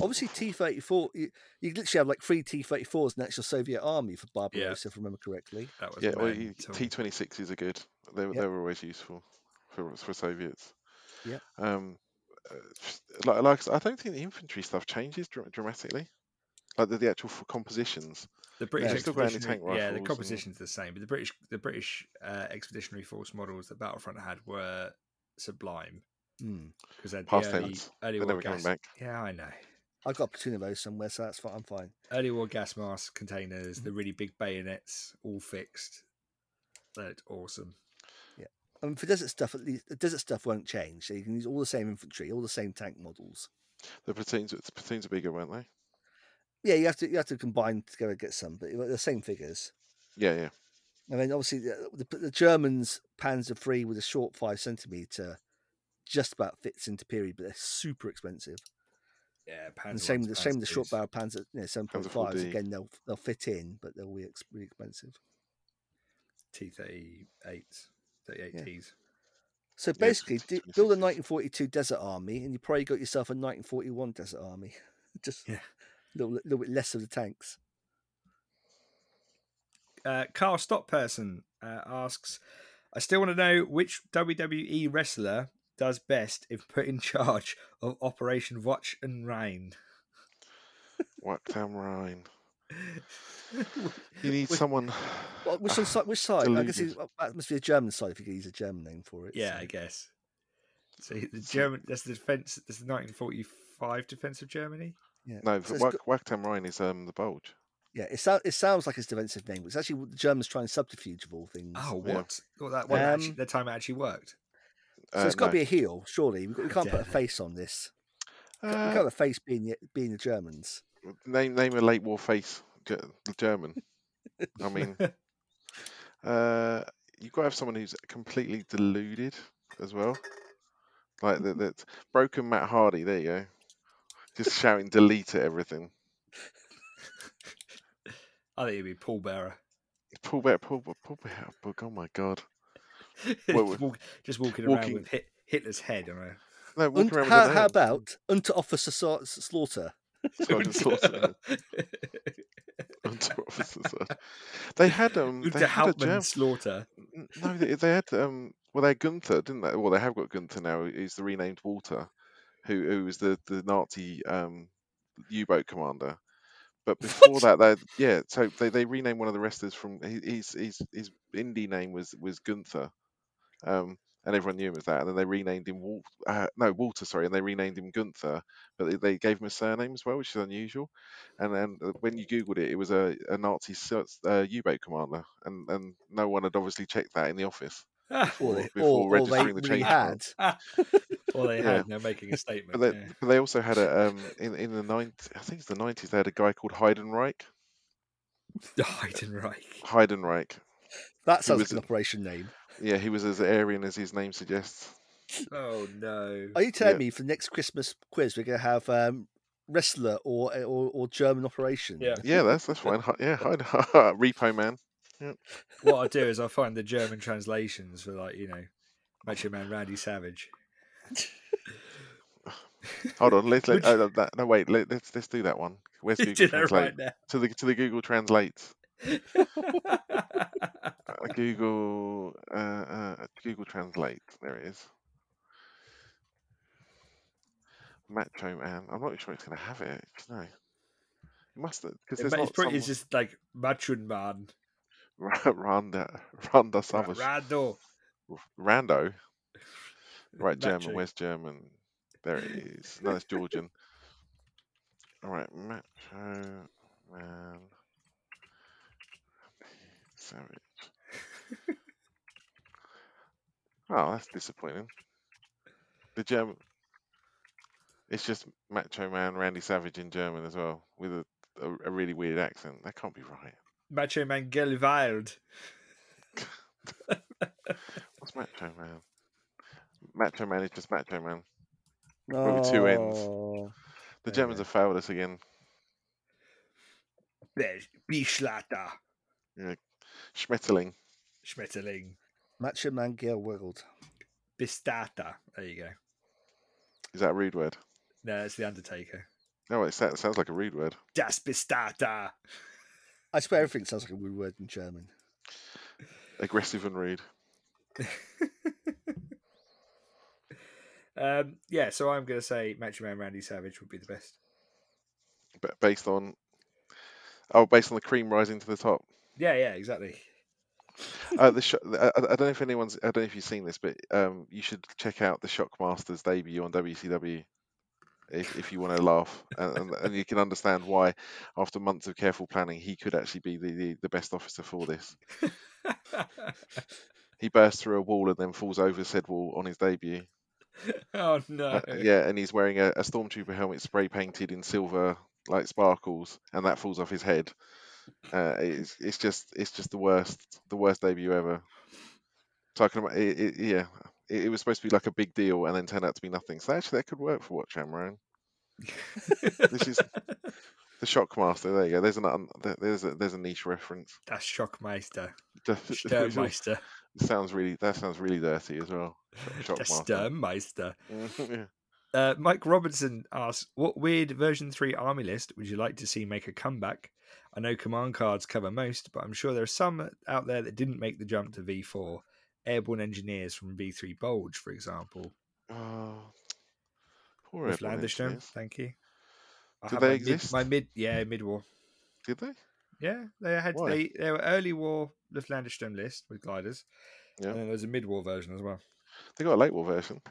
obviously, T34, you, you could literally have like three T34s in the actual Soviet army for Barbarossa, if I remember correctly.
That was
Yeah, well,
mental.
T twenty sixes are good. They were
Yep.
they were always useful for for Soviets.
Yep.
Um, uh, like, like I s- I don't think the infantry stuff changes dra- dramatically. Like the, the actual f- compositions.
The British
they've still got anti-tank
expeditionary- yeah, the
rifles and-
composition's the same, but the British the British uh, expeditionary force models that Battlefront had were sublime
Hmm.
because they had
Past
the early,
tense.
early
They're
war
never coming
gas.
back.
Yeah, I know.
I've got a platoon of those somewhere, so that's fine. I'm fine.
Early war gas mask containers,
Mm-hmm.
the really big bayonets, all fixed. That looked awesome.
I mean, for desert stuff, at least the desert stuff won't change. So you can use all the same infantry, all the same tank models.
The platoons the platoons are bigger, weren't they?
Yeah, you have to you have to combine together to get some, but they're the same figures.
Yeah, yeah.
I mean, obviously uh, the, the, the Germans Panzer three with a short five centimeter just about fits into period, but they're super expensive.
Yeah,
And
Panzer
same
ones,
the
Panzer
same with the short
twos.
barrel Panzer, you know, seven point fives.
4D.
Again, they'll they'll fit in, but they'll be ex- really expensive.
T thirty eight. Thirty eight
Yeah.
Ts.
So
Yeah, it's
basically, d-
26
build a
inches.
1942 desert army, and you probably got yourself a 1941 desert army. Just
Yeah.
a little, little bit less of the tanks.
Uh, Carl Stockperson uh, asks, I still want to know which WWE wrestler does best if put in charge of Operation Watch and Rain.
Whackdown Rhine. You need someone.
Well, which,
Ah,
one, si- which side? I guess
deluded.
it- that must be a German side if you could use a German name for it.
yeah,
so.
I guess. So the German, that's the defense, that's the 1945 defense of Germany.
yeah.
No,
So
so
it's go-
Whackdown Rhine is um the bulge.
yeah. It, sounds it sounds like it's defensive name, but it's actually what the Germans trying subterfuge of all things.
Oh,
Yeah.
what? Well, that one actually,
Um,
that time it actually worked.
so
Uh,
it's got to
no.
be a heel, surely. We, we can't put a
Definitely.
face on this. We
Uh,
can't have a face being the, being the Germans.
Name name a late war face Ge- German. I mean, uh, you've got to have someone who's completely deluded as well. Like that, that's broken Matt Hardy. There you go. Just shouting delete at everything.
I think it'd be Paul Bearer.
Pull back, pull, back, pull back out book. Oh my god! Well,
just, walk, just walking, around
walking-
with Hit, Hitler's head on a
No,
Un-
walking around
how,
with
how about unto officer sa- slaughter?
Sergeant Slaughter. Under officers. They had um. They
Unter
had a German.
Hauptmann Slaughter.
N- No, they, they had um. Well, they had Gunther, didn't they? Well, they have got Gunther now. He's the renamed Walter, who who was the the Nazi um U-boat commander. But before that, they yeah. So they, they renamed one of the wrestlers from his his his indie name was was Gunther, um, and everyone knew him as that. And then they renamed him Wal- uh, no Walter, sorry, and they renamed him Gunther, but they, they gave him a surname as well, which is unusual. And then uh, when you googled it, it was a, a Nazi sur- uh, U-boat commander, and and no one had obviously checked that in the office.
Ah,
Or,
Before-
they-
before
or, or they
registering the
really
change
had.
plans.
or they
Yeah.
had, they're making a statement.
But they,
yeah.
but they also had a um in in the 90s, I think it's the nineties. They had a guy called Heidenreich.
Heidenreich.
Heidenreich.
That sounds like
was
an
a-
operation name.
Yeah, he was as Aryan as his name suggests.
Oh no.
Are you telling
Yeah.
me for next Christmas quiz we're going to have um, wrestler or, eh, or or German operation?
Yeah.
Yeah, that's that's fine. Hi- Yeah, Heiden, Repo Man.
what I'll do is I'll find the German translations for like, you know, Macho Man Randy Savage.
Hold on, let's let,
Would you-
uh, that, no wait, let, let's let's do that one. Where's
Do
Google
that
Translate?
right
To the to the Google Translate.
now.
Uh, Google uh, uh, Google Translate. There it is. Macho Man. I'm not sure it's going to have it. No, it must because
It
there's
ma-
not
it's, pretty, it's
someone-
just like Machun Man,
Randa Randa
Ra-
Savas
Rando.
Rando. Right,
Macho.
German. Where's German? There it is. No, it's Georgian. All right, Macho Man Savage. Oh, that's disappointing. The German. It's just Macho Man Randy Savage in German as well, with a, a, a really weird accent. That can't be right.
Macho Man Gelwild.
What's Macho Man? Macho Man is just Macho Man. With two ends.
Oh.
There we
The Germans
go.
have failed us again.
Be- Bischlatter.
Schmetterling.
Schmetterling.
Macho Man Gail Wiggled.
Bistata. There you go.
Is that a rude word?
No, that's The Undertaker.
No, it sounds, sounds like a rude word.
Das Bistata.
I swear everything sounds like a rude word in German.
Aggressive and rude.
Um, yeah, so I'm going to say Macho Man Randy Savage would be the best.
But based on. Oh, based on the cream rising to the top.
Yeah, yeah, exactly.
uh, the sho- I, I I don't know if anyone's. I don't know if you've seen this, but um, you should check out the Shockmasters debut on WCW if, if you want to laugh, and, and, and you can understand why, after months of careful planning, he could actually be the, the, the best officer for this. He bursts through a wall and then falls over said wall on his debut.
oh no.
Uh, yeah, and he's wearing a, a stormtrooper helmet spray painted in silver like sparkles, and that falls off his head. Uh, it's it's just it's just the worst the worst debut ever. Talking about it, it, yeah, it, it was supposed to be like a big deal, and then turned out to be nothing. So actually, that could work for Watch Cameron. This is the Shockmaster. There you go. There's an un- there- there's a there's a niche reference.
Das Schockmeister.
Just- it
Sturmeister.
sounds really that sounds really dirty as well. Shock-
Das
Shockmaster.
Sturmmeister.
Yeah.
Uh, Mike Robinson asks, "What weird version three army list would you like to see make a comeback? I know command cards cover most, but I'm sure there are some out there that didn't make the jump to V4. Airborne engineers from V3 Bulge, for example,
Oh, poor
with
airborne
Landerstrom.
engineers.
Thank you. I
Do
have
they
my mid-
exist?
my mid, yeah, mid war.
Did they?
Yeah, they had
Why?
they they were early war Luftlandesturm list with gliders,
Yeah.
and then there was a mid war version as well.
They got a late war version.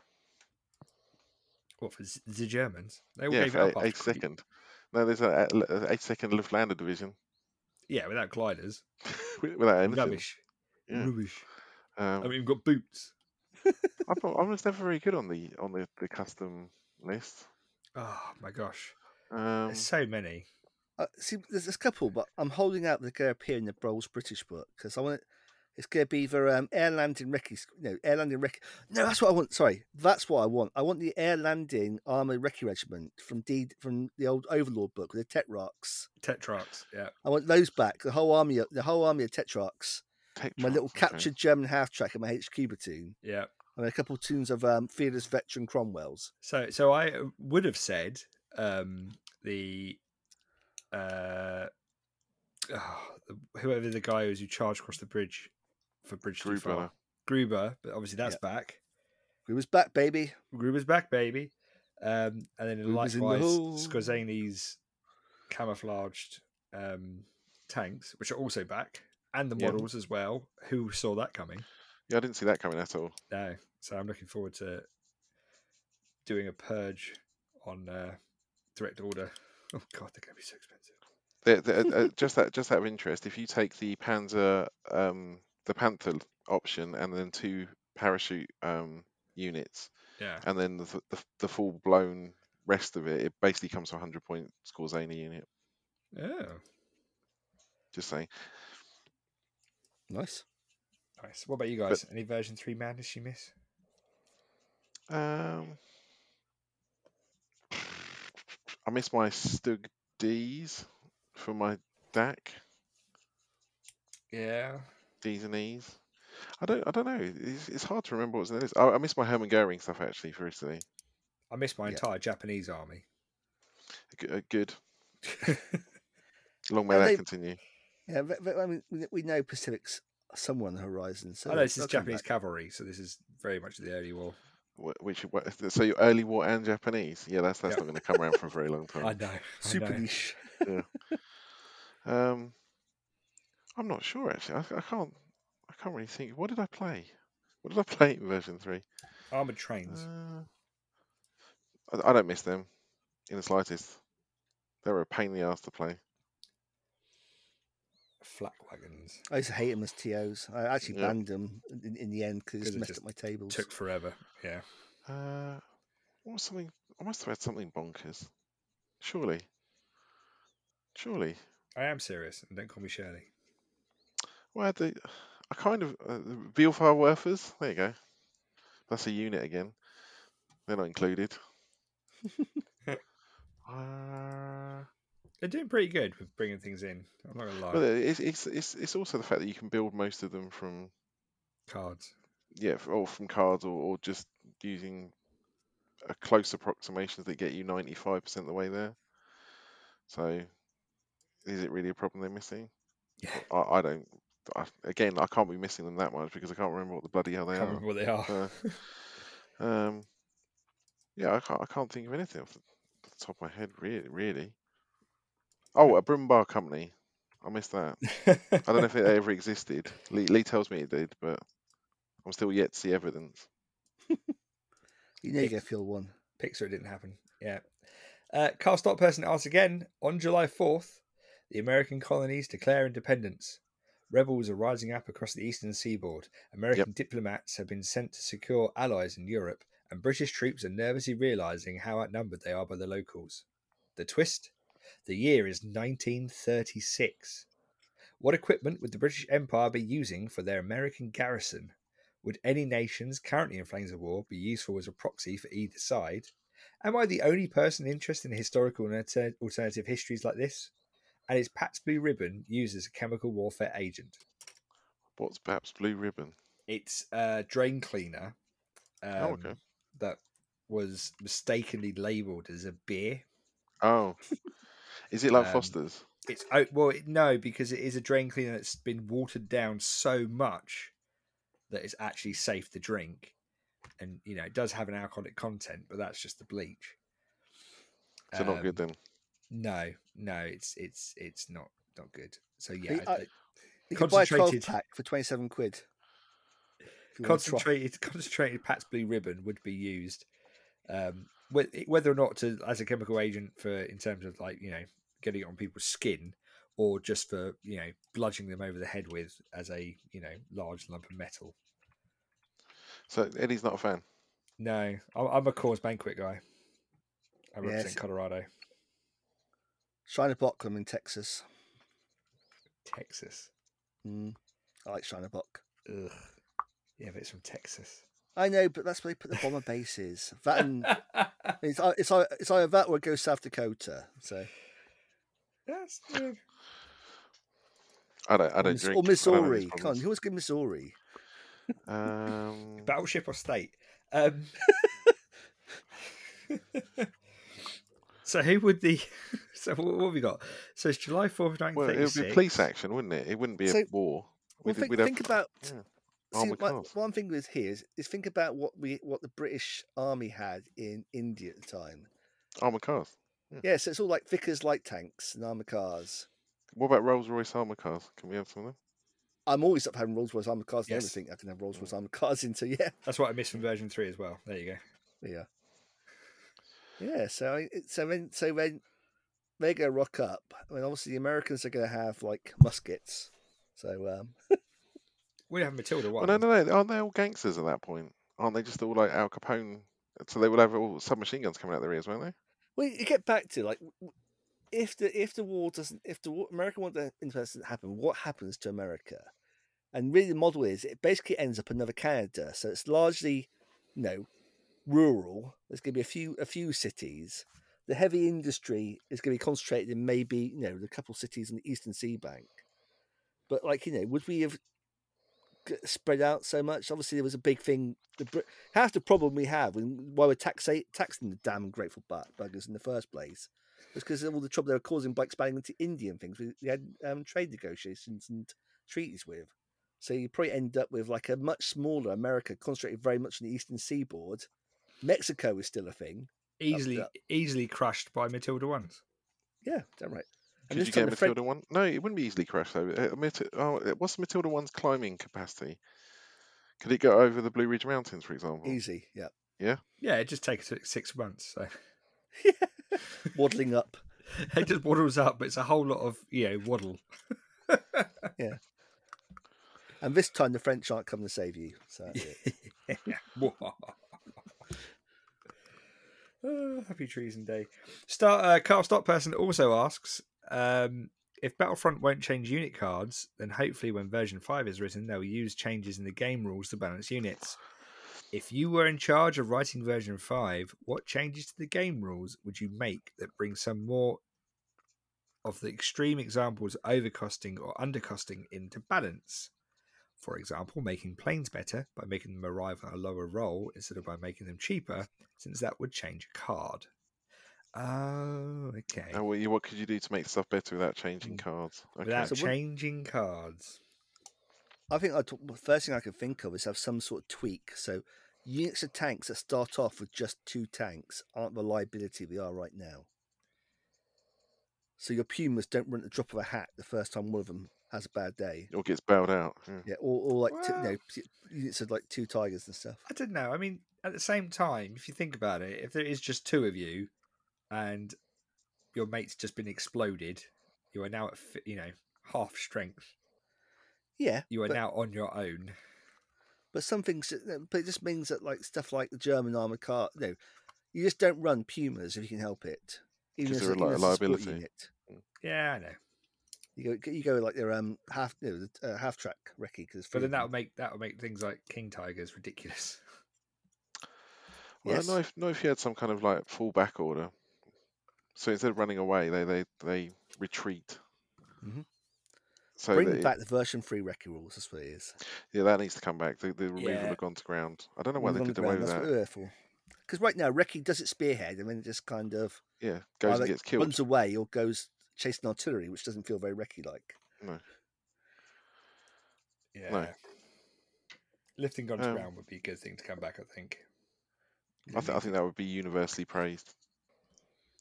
What for Z- the Germans? They all
yeah,
gave
for
it up
eight,
after
eight
Cre-
second. No, there's a, a- a eight second Luftlander division
Yeah, without gliders,
Wi- without anything.
rubbish,
Yeah.
rubbish. I
Um,
mean, we've got boots.
I, thought- I was never very good on the on the, the custom list.
Oh my gosh,
Um,
there's so many.
Uh, see, there's there's a couple, but I'm holding out that they're going to appear in the Bro's British book because I want It's going to be for um, air landing recce. squ- No, air landing recce. No, that's what I want. Sorry, that's what I want. I want the air landing armored recce regiment from D from the old Overlord book, the Tetrarchs.
Tetrarchs. Yeah.
I want those back. The whole army, of- the whole army of Tetrarchs. My
Tetrarch,
little
okay.
captured German half track and my HQ platoon,
Yeah.
and a couple of tunes of um, fearless veteran Cromwell's.
So so I uh, would have said um the uh ah, the- whoever the guy was who charged across the bridge for bridge too
Gruber.
far. Gruber, but obviously that's back.
We was back, baby.
Gruber's back, baby. Um, and then
Gruber's in the
likewise,
hole.
Scorzani's camouflaged um, tanks, which are also back, and the
Yeah.
models as well. Who saw that coming?
Yeah, I didn't see that coming at all.
No, so I'm looking forward to doing a purge on uh, direct order. Oh god, they're going to be so expensive.
The- the- uh, uh, just that, just out of interest, if you take the Panzer, um, the Panther option, and then two parachute um, units,
Yeah,
and then the, f- the, f- the full blown rest of it, it basically comes to a hundred point Scorzani unit.
oh,
Just saying.
Nice.
nice. What about you guys? Any version three madness you miss?
Um, I miss my Stug D's for my DAC
Yeah,
D's and E's. I don't, I don't know. It's, it's hard to remember what's in the list. I, I miss my Hermann Goering stuff actually for Italy.
I missed my
Yeah.
entire Japanese army.
G- uh, Good. Long may
Are
that
they-
continue.
Yeah, but, but, I mean, we- we know Pacific's somewhere on the horizon. So
I know this
they'll
is
come
Japanese
back.
cavalry, so this is very much the early war.
Wh- Which wha- so your early war and Japanese? Yeah, that's that's
Yep.
not going to come around for a very long time.
I know. I
Super
know.
niche.
Um, I'm not sure actually. I, I can't. I can't really think. What did I play? What did I play in version three?
Armored trains.
Uh, I, I don't miss them in the slightest. They were a pain in the ass to play.
flak wagons.
I used to hate them as TOs. I actually
Yeah.
banned them in, in the end because
'Cause
it
it
messed
just
up my tables.
Took forever. Yeah.
Uh, what was something? I must have had something bonkers. Surely. Surely.
I am serious. And don't call me Shirley.
Well, I had the. I kind of uh, the Bielefeld Werfers. There you go. That's a unit again. They're not included. uh,
They're doing pretty good with bringing things in. I'm not going to lie.
well, it's, it's it's it's also the fact that you can build most of them from
Cards.
yeah, f- or from cards, or, or just using a close approximations that get you ninety five percent the way there. So, is it really a problem they're missing?
Yeah.
I, I don't. I, again, I can't be missing them that much because I can't remember what the bloody hell they
Can't
are.
remember what they are.
Uh, um, yeah, I can't. I can't think of anything off the, off the top of my head. Really, really. Oh, a Brumbar company. I missed that. I don't know if it ever existed. Lee, Lee tells me it did, but I'm still yet to see evidence.
You know you're
It-
going to feel one.
Pixar, it didn't happen. Yeah. Uh, Carl Stock person asked again on July 4th, the American colonies declare independence. Rebels are rising up across the eastern seaboard. American diplomats have been sent to secure allies in Europe, and British troops are nervously realizing how outnumbered they are by the locals. The twist? The year is 1936. What equipment would the British Empire be using for their American garrison? Would any nations currently in flames of war be useful as a proxy for either side? Am I the only person interested in historical and alter- alternative histories like this? And is Pat's Blue Ribbon used as a chemical warfare agent?
What's perhaps Blue Ribbon?
It's a drain cleaner um,
Oh, okay.
that was mistakenly labelled as a beer.
Oh, is it like
Um,
Foster's?
It's oh, well, it- no, because it is a drain cleaner that's been watered down so much that it's actually safe to drink, and you know it does have an alcoholic content, but that's just the bleach.
So not
Um,
good then.
No, no, it's it's it's not not good. So yeah,
I-
I-
You could buy a 12
Concentrated.
pack for 27 quid. if you wanna try.
concentrated concentrated Pat's Blue Ribbon would be used, um, whe- whether or not to as a chemical agent for in terms of like you know getting it on people's skin, or just for you know bludgeoning them over the head with as a you know large lump of metal.
So Eddie's not a fan.
No, I'm, I'm a cause banquet guy. I represent
Yes.
Colorado,
China block them in Texas.
Texas.
Mm. I like Shinerbok.
Ugh. Yeah, but it's from Texas.
I know, but that's where they put the bomber bases. That and it's ei- it's ei- it's either that or go South Dakota. So
That's the-
I don't. I
or,
don't
Miss-
drink.
or
I don't have
Missouri.
these
Come on, who was good Missouri?
problems. Um,
battleship or state. Um, so who would the? So what, what have we got? So it's July fourth, nineteen
well, it
thirty-six.
would be police action, wouldn't it? It wouldn't be a
So-
war.
Well,
We'd-
think,
we'd have-
think about
yeah.
see,
Armored
my,
cars.
one thing with here is, is think about what we what the British Army had in India at the time.
armored cars. Hmm.
Yeah, so it's all like Vickers light tanks and armored cars.
What about Rolls Royce armored cars? Can we have some of them?
I'm always up having Rolls Royce armored cars and
Yes.
everything. I can have Rolls
Hmm.
Royce armored cars into yeah,
That's what I missed from version three as well. There you go.
yeah, yeah. So I- it- so then so then they go rock up. I mean, obviously the Americans are going to have like muskets. So um,
We have Matilda
Well,
one.
no, no, no. Aren't they all gangsters at that point? Aren't they just all like Al Capone? So they would have all submachine guns coming out their ears, weren't they?
Well, you get back to like, w- w- if the if the war doesn't, if the war, American war doesn't- independence doesn't happen, what happens to America? And really, the model is it basically ends up another Canada. So it's largely, you know, rural. There's going to be a few a few cities. The heavy industry is going to be concentrated in maybe you know the couple cities on the eastern seabank. But like you know, would we have g- spread out so much? Obviously, there was a big thing. The Brit- half the problem we have and why we're taxa- taxing the damn grateful bu- buggers in the first place was because of all the trouble they were causing by expanding into Indian things. We, we had um, trade negotiations and treaties with. So you probably end up with like a much smaller America concentrated very much on the eastern seaboard. Mexico is still a thing.
easily,
that-
easily crushed by Matilda ones.
Yeah, damn right. And
Could
this
you
time
get a
the French-
Matilda one? No, it wouldn't be easily crashed though. Uh, Mati- oh, uh, what's Matilda one's climbing capacity? Could it go over the Blue Ridge Mountains, for example?
Easy, yeah.
Yeah, it just takes six- six months. So
Waddling up.
it just waddles up, but it's a whole lot of you know waddle.
And this time the French aren't coming to save you. So that's it.
Oh, happy treason day. Star uh, Carl Stockperson also asks um, if Battlefront won't change unit cards, then hopefully when version five is written, they'll use changes in the game rules to balance units. If you were in charge of writing version five, what changes to the game rules would you make that bring some more of the extreme examples of overcosting or undercosting into balance? For example, making planes better by making them arrive on a lower roll instead of by making them cheaper, since that would change a card. Oh, okay.
And what, you- what could you do to make stuff better without changing
Mm.
cards? Okay.
Without
So what-
changing cards.
I think I'd, the first thing I can think of is have some sort of tweak. So units of tanks that start off with just two tanks aren't the liability they are right now. So your pumas don't run at the drop of a hat the first time one of them has a bad day.
Or gets bailed out. yeah.
Yeah, or, or like two, you
Well-
know, p- units of like two tigers and stuff.
I don't know. I mean, at the same time, if you think about it, if there is just two of you and your mate's just been exploded, you are now at, fi- you know, half strength.
Yeah,
You are
But-
now on your own.
but some things, uh, but it just means that like stuff like the German armored car, no, you just don't run pumas if you can help it. Even
'Cause
as
they're a li-
even as support
liability.
unit.
Yeah, I know.
You go, you go like their um half, you know, the, uh, half track recce because.
But then
Mm-hmm.
that would make that would make things like king tigers ridiculous.
Well,
Yes.
no, if, no, if you had some kind of like fallback order. So instead of running away, they they, they retreat.
Mhm.
So
Bring
that it-
back the version three recce rules. That's what it is.
yeah, that needs to come back. The, the removal
Yeah.
of gone to ground. I don't know why
Move
they
on the
did away
ground,
with
that's
that.
what they're for. Because right now recce does it spearhead and then it just kind of
Yeah, goes
either
and gets killed.
runs away or goes chasing artillery, which doesn't feel very recce like.
Yeah.
No.
Lifting guns
Um,
around would be a good thing to come back, I think.
I, th- I think that would be universally praised.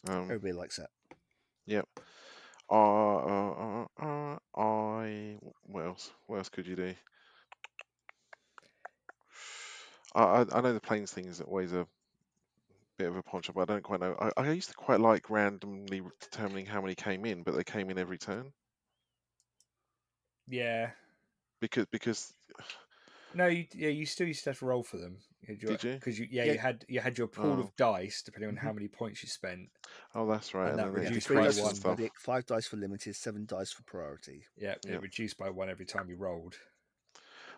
Oh.
Um,
Everybody likes that.
uh, uh, uh, uh, I. What else? What else could you do? I, I, I know the planes thing is always a bit of a punch up. I don't quite know. I, I used to quite like randomly determining how many came in, but they came in every turn
Yeah.
because because
No, you, yeah, you still used to have to roll for them.
Did you?
Because you, yeah,
Yeah.
you had you had your pool
Oh. Mm-hmm.
of dice depending on how many points you spent.
oh that's right,
And
and,
that
then they
reduced by
decreased and
one.
stuff.
Medic, five dice for limited, seven dice for priority.
Yeah,
Yeah.
it reduced by one every time you rolled.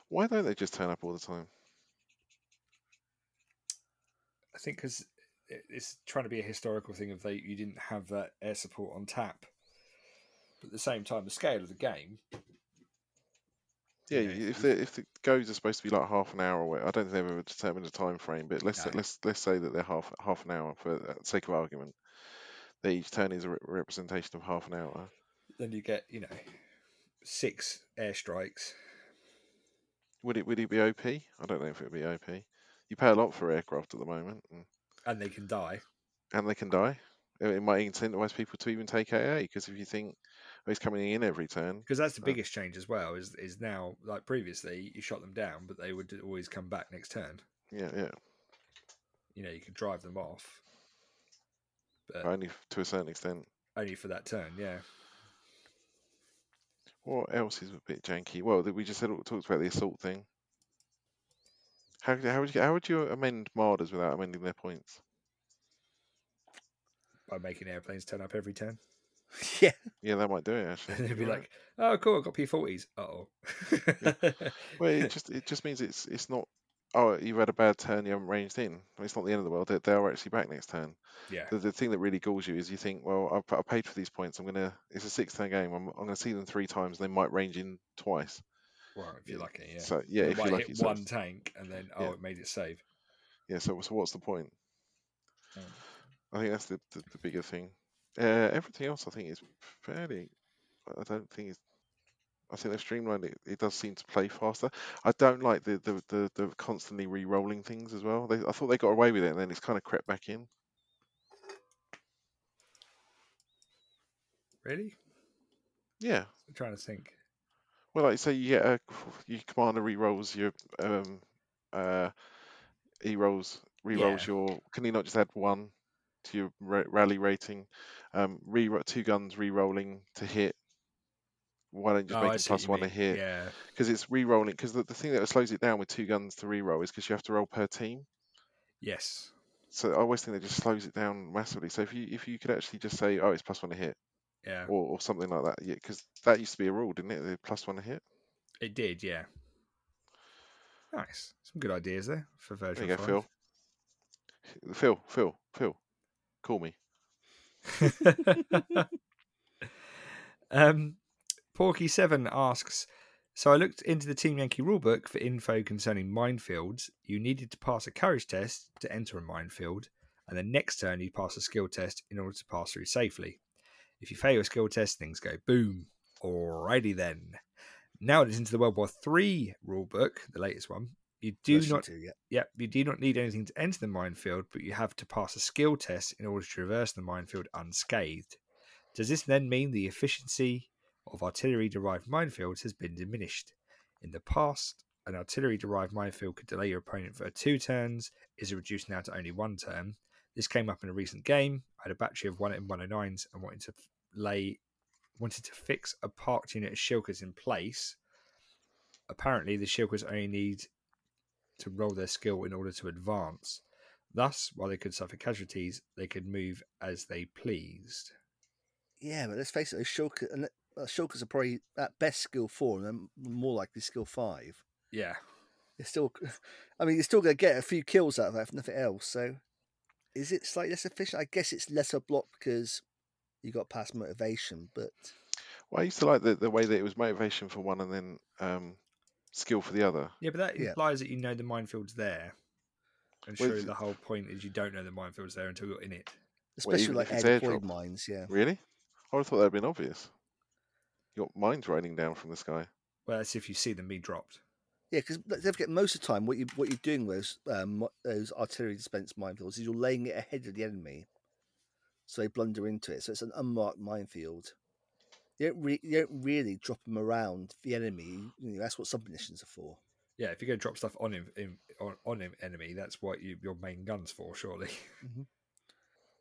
Why don't they just turn up all the time?
I think because it's trying to be a historical thing of they you didn't have that air support on tap. But at the same time, the scale of the game.
Yeah,
Yeah,
if
you-
the if the goes are supposed to be like half an hour away, I don't think they've ever determined a time frame. But let's
No.
let's let's say that they're half half an hour for the sake of argument. That each turn is a re- representation of half an hour.
Then you get you know six airstrikes.
Would it would it be OP? I don't know if it would be OP. You pay a lot for aircraft at the moment, and,
And they can die.
and they can die. It- It might incentivize people to even take AA because if you think oh, he's coming in every turn,
because that's the
Uh,
biggest change as well is is now like previously you shot them down but they would always come back next turn
yeah, yeah,
you know you could drive them off but
but only f- to a certain extent.
only for that turn yeah
What else is a bit janky? Well, th- we just said, talked about the assault thing. How, could- how would you how would you amend marders without amending their points?
by making airplanes turn up every turn
yeah.
Yeah, that might do it actually.
and they'd be
You're right.
like oh cool i got p40s oh
well, it just it just means it's it's not. Oh, you've had a bad turn. You haven't ranged in. It's not the end of the world. They, they are actually back next turn.
yeah
The, the thing that really galls you is you think, well, I've, I paid for these points. I'm gonna. It's a six-turn game. I'm, I'm gonna see them three times. They might range in twice.
well if you're lucky yeah
So yeah,
It
if
might
you're lucky.
hit
So,
one
it's-
tank and then oh
Yeah.
it made it save
yeah. So, so what's the point?
Mm.
I think that's the, the, the bigger thing. Uh, everything else, I think, is fairly. I don't think it's. I think they've streamlined it. It does seem to play faster. I don't like the the, the, the constantly re-rolling things as well. They, I thought they got away with it, and then it's kind of crept back in.
really
Yeah.
i'm trying to think
Well, like say you get a you commander re-rolls your um uh he rolls re-rolls
Yeah.
your. Can he not just add one to your ra- rally rating? Um, re two guns re-rolling to hit. Why don't you just
Oh, I
make it
see what
plus
you
one to
mean.
hit?
yeah
because it's re-rolling. Because the, the thing that slows it down with two guns to re-roll is because you have to roll per team.
yes
So I always think that just slows it down massively. So if you if you could actually just say, oh, it's plus one to hit,
yeah
or, or something like that, yeah, because that used to be a rule, didn't it? The plus one to hit.
it did yeah nice some good ideas there for
There
version
you go,
five.
Phil. Phil, Phil, Phil, call me.
um, Porky7 asks So I looked into the Team Yankee rulebook for info concerning minefields. You needed to pass a courage test to enter a minefield, and then next turn you pass a skill test in order to pass through safely. If you fail a skill test, things go boom. Alrighty then. Now it is into the World War III rulebook, the latest one. You do
Version
not
two, yeah.
Yep, you do not need anything to enter the minefield, but you have to pass a skill test in order to traverse the minefield unscathed. Does this then mean the efficiency of artillery derived minefields has been diminished? In the past, an artillery derived minefield could delay your opponent for two turns, is reduced now to only one turn. This came up in a recent game. I had a battery of one and 109s and wanted to f- lay wanted to fix a parked unit of shilkers in place. Apparently the shilkers only need to roll their skill in order to advance. Thus, while they could suffer casualties, they could move as they pleased.
Yeah, but let's face it, Shulker, and that- uh, Shulkers are probably at best skill four and then more likely skill five.
Yeah.
It's still, I mean, you're still going to get a few kills out of that, if nothing else. So, is it slightly less efficient? I guess it's lesser block because you got past motivation, but
Well, I used to like the, the way that it was motivation for one and then um, skill for the other.
Yeah, but that
Yeah.
implies that you know the minefield's there. And
Well,
surely
it's-
the whole point is you don't know the minefield's there until you're in it.
especially
even
like
if it's
air deployed
airdropped.
mines, yeah.
Really? I would have thought that'd been obvious. Your mind's raining down from the sky.
Well, that's if you see them be dropped.
Yeah, because don't forget, most of the time, what you what you're doing with those um, mo- those artillery dispense minefields is you're laying it ahead of the enemy, so they blunder into it. So it's an unmarked minefield. You don't, re- you don't really drop them around the enemy. you know, that's what submunitions are for.
Yeah, if you're going to drop stuff on him, in, on, on him enemy, that's what you, your main gun's for, surely.
Do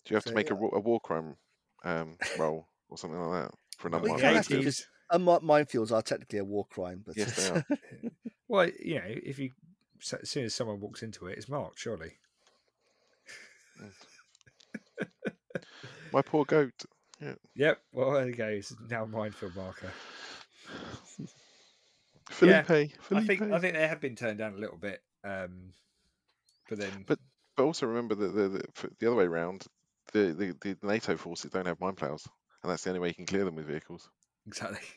you have
So,
to make a
yeah.
wa- a, war crime um, roll or something like that for an
Well,
we
unmarked
can have
vehicle?
to-
ATs.
Unmarked minefields are technically a war crime, but
Yes, they are.
Well, you know, if you so- as soon as someone walks into it, it's marked, surely.
My poor goat.
Yep. Well, there you go. It's now minefield marker. Yeah,
Felipe,
I
Felipe.
think I think they have been turned down a little bit, um, but then
But- But also remember that the, the, f- the other way around, the, the, the NATO forces don't have mine plows, and that's the only way you can clear them with vehicles.
exactly.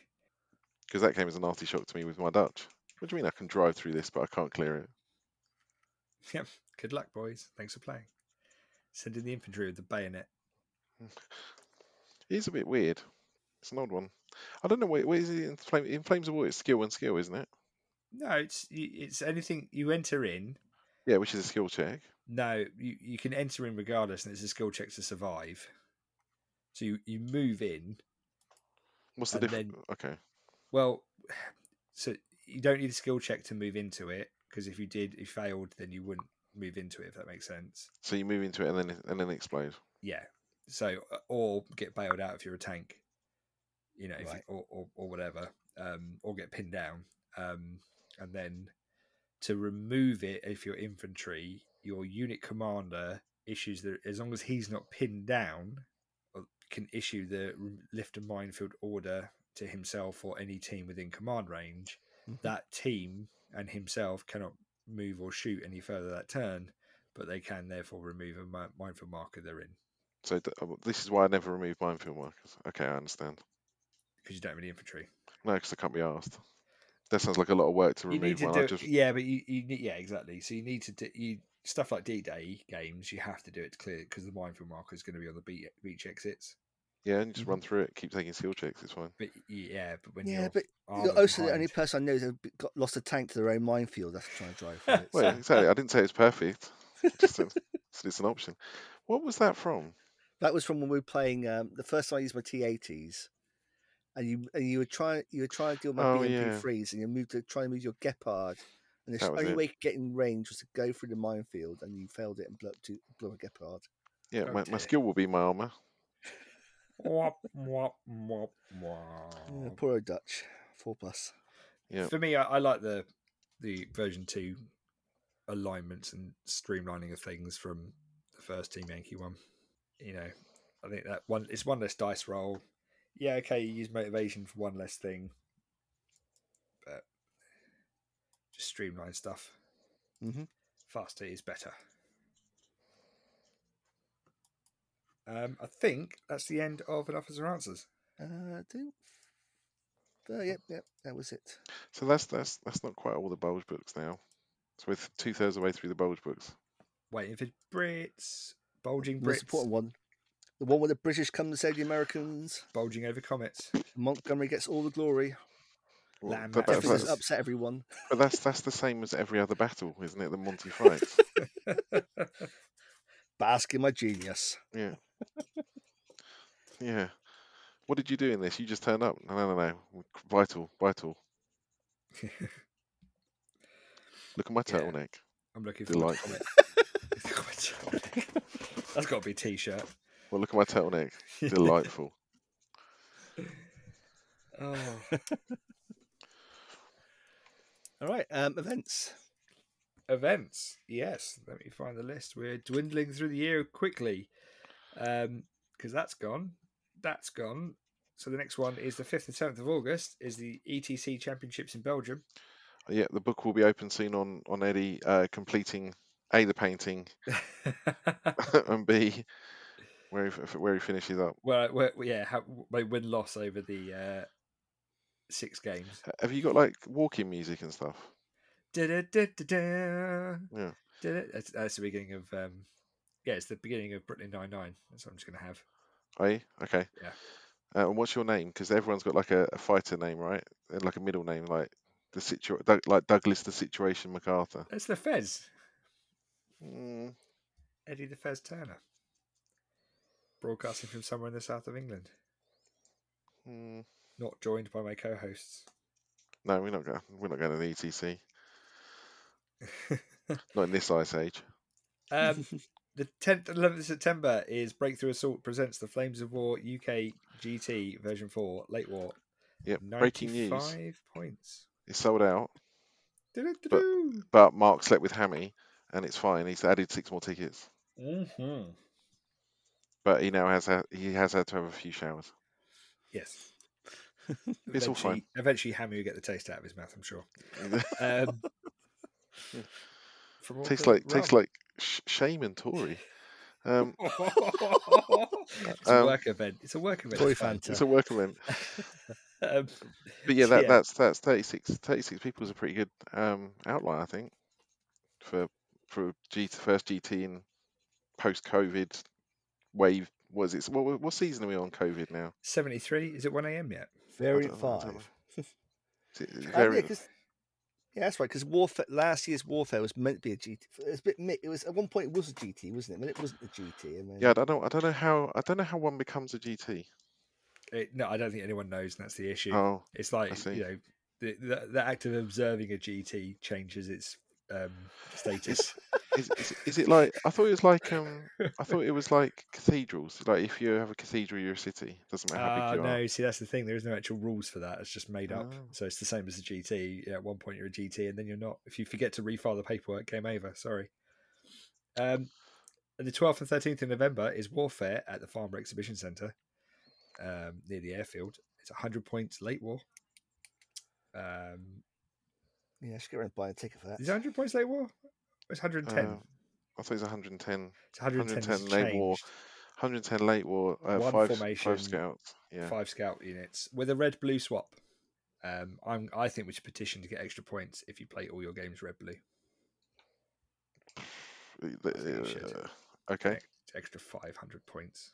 Because that came as a nasty shock to me with my Dutch. What do you mean I can drive through this, but I can't clear it?
Yep. Good luck, boys. Thanks for playing. Send in the infantry with the bayonet.
It is a bit weird. It's an odd one. I don't know where, where is it in, flame, in Flames of War? It's skill and skill, isn't it?
No, it's you- it's anything you enter in.
Yeah, which is a skill check.
No, you, you can enter in regardless, and it's a skill check to survive. So you, you move in.
What's the
And
difference? Okay.
Well, so you don't need a skill check to move into it because if you did, if you failed, then you wouldn't move into it. If that makes sense.
So you move into it and then it- and then it explodes.
Yeah. So uh, or get bailed out if you're a tank, you know, if you-
Right.
or, or or whatever, um, or get pinned down, um, and then to remove it if you're infantry, your unit commander issues the as long as he's not pinned down, or can issue the rem- lift and minefield order to himself or any team within command range.
Mhm.
That team and himself cannot move or shoot any further that turn, but they can therefore remove a mi- minefield marker they're in.
So th- uh, this is why I never remove minefield markers. Okay, I understand.
because you don't have any infantry.
No, because I can't be asked. That sounds like a lot of work to
You need
remove
to
one.
do,
I just
yeah, but you, you need, yeah, exactly. So you need to do you stuff like D Day games. You have to do it to clear because the minefield marker is going to be on the beach, beach exits.
yeah, and
Mm-hmm.
just run through it. Keep taking skill checks. It's fine.
But y- yeah, but when
Yeah,
you're
but
Oh
armoured
you're also the only
behind-
person I know that got lost a tank to their own minefield. That's trying to drive. through it.
Well, yeah,
uh
exactly. I didn't say it's perfect. I just said said it's an option. What was that from?
That was from when we were playing um, the first time I used my T80s, and you and you were trying you were trying to deal with my
Oh, yeah.
BMP threes, and you moved to try and move your Gepard, and the
That was
only
it.
way you could get in range was to go through the minefield, and you failed it and blew up two, blew a Gepard.
Yeah,
Oh,
my, my
dear.
skill will be my armor.
Mwah, mwah, mwah, mwah.
Oh.
Yeah, poor old Dutch, four plus.
Yeah.
For me, I, I like the the version two alignments and streamlining of things from the first Team Yankee one. You know, I think that one it's one less dice roll. Yeah, okay, you use motivation for one less thing, but just streamline stuff.
Mhm.
Faster is better. Um, I think that's the end of an officer answers.
Uh, do. Uh, yep, yep, that was it.
So that's that's that's not quite all the bulge books now. So we're two thirds of the way through the bulge books.
Waiting for Brits, bulging
Most
Brits,
important one, the one where the British come and save the Americans.
bulging over comets.
Montgomery gets all the glory.
Well,
Land mass. Deficit
but, that's,
Jefferson's
that's,
first.
upset everyone.
but that's that's the same as every other battle, isn't it? The Monty fights.
Bask in my genius.
yeah. Yeah. What did you do in this? You just turned up. No, no, no, no. Vital, vital. Look at my
Yeah.
turtleneck.
I'm looking forward
Delightful.
to it. That's got to be a t-shirt.
Well, look at my turtleneck. Delightful.
Oh,
All right, um, events.
events. Yes, let me find the list. We're dwindling through the year quickly because that's gone. That's gone. So the next one is the 5th and 7th of August is the ETC Championships in Belgium.
yeah, the book will be open soon on on Eddie uh, completing a the painting and b where he, f- where he finishes up.
well, well, yeah, how, my win-loss over the uh, six games.
H- Have you got like walking music and stuff?
Da-da-da-da-da.
Yeah.
Did it? That's, that's the beginning of um, yeah, it's the beginning of Brooklyn Nine Nine. That's what I'm just gonna have.
Are you? Okay.
Yeah.
Uh, and what's your name? Because everyone's got like a, a fighter name, right? And like a middle name, like the situ, Doug, like Douglas the Situation MacArthur.
That's the Fez,
Mm,
Eddie the Fez Turner, broadcasting from somewhere in the south of England.
mm.
Not joined by my co-hosts.
No, we're not going. We're not going to the ETC. Not in this ice age.
Um, the 10th and 11th of September is Breakthrough Assault presents the Flames of War UK GT version four late war.
Yep. Breaking news:
Ninety-five points.
it's sold out,
Du-du-du-du.
but Mark slept with Hammy, and it's fine. He's added six more tickets,
Mhm.
but he now has had, he has had to have a few showers.
Yes.
It's all
Eventually-
fine.
Eventually, Hammy will get the taste out of his mouth, I'm sure. Um, from all
tastes
the
like tastes
rum.
like sh- shame and Tory. Um,
it's a
Um,
work event. It's a work event.
Tory
it's fine.
Fanta.
it's a work event.
Um,
But yeah,
So
that,
yeah.
that's that's 36, 36 people is a pretty good um, outline, I think, for for G first GT in post COVID wave. Was it? What, what- what season are we on COVID now?
73. Is it 1 a.m. yet?
I
Variant
don't know, I don't know.
five.
Is it- is it
Um, yeah,
very-
'cause- yeah, that's right. Because warfare last year's warfare was meant to be a GT. It's a bit. mi- It was at one point it was a GT, wasn't it? But it wasn't a GT. And then
yeah, I don't know. I don't know how. I don't know how one becomes a GT.
It, no, I don't think anyone knows, and that's the issue.
Oh,
it's like,
see.
you know, the, the, the act of observing a GT changes its um, status.
is, is, is it like? I thought it was like. Um, I thought it was like cathedrals. Like if you have a cathedral, you're a city. Doesn't matter how
Ah,
big you are.
no, see, that's the thing. There is no actual rules for that. It's just made up.
Oh.
So it's the same as the GT. Yeah, at one point, you're a GT, and then you're not. If you forget to refile the paperwork, game over. Sorry. Um, and the 12th and 13th of November is Warfare at the Farmer Exhibition Centre um, near the airfield. It's 100 points late war. Um,
yeah, I should get around and buy a ticket for that.
is it 100 points late war? It's 110.
Uh, I thought it was 110.
it's 110. 110
110 late war, 110 late war. Uh,
One
five,
formation,
five scouts. Yeah.
five scout units with a red blue swap. Um, I'm, I think we should petition to get extra points if you play all your games red blue.
Uh,
think you should.
uh, okay.
extra 500 points.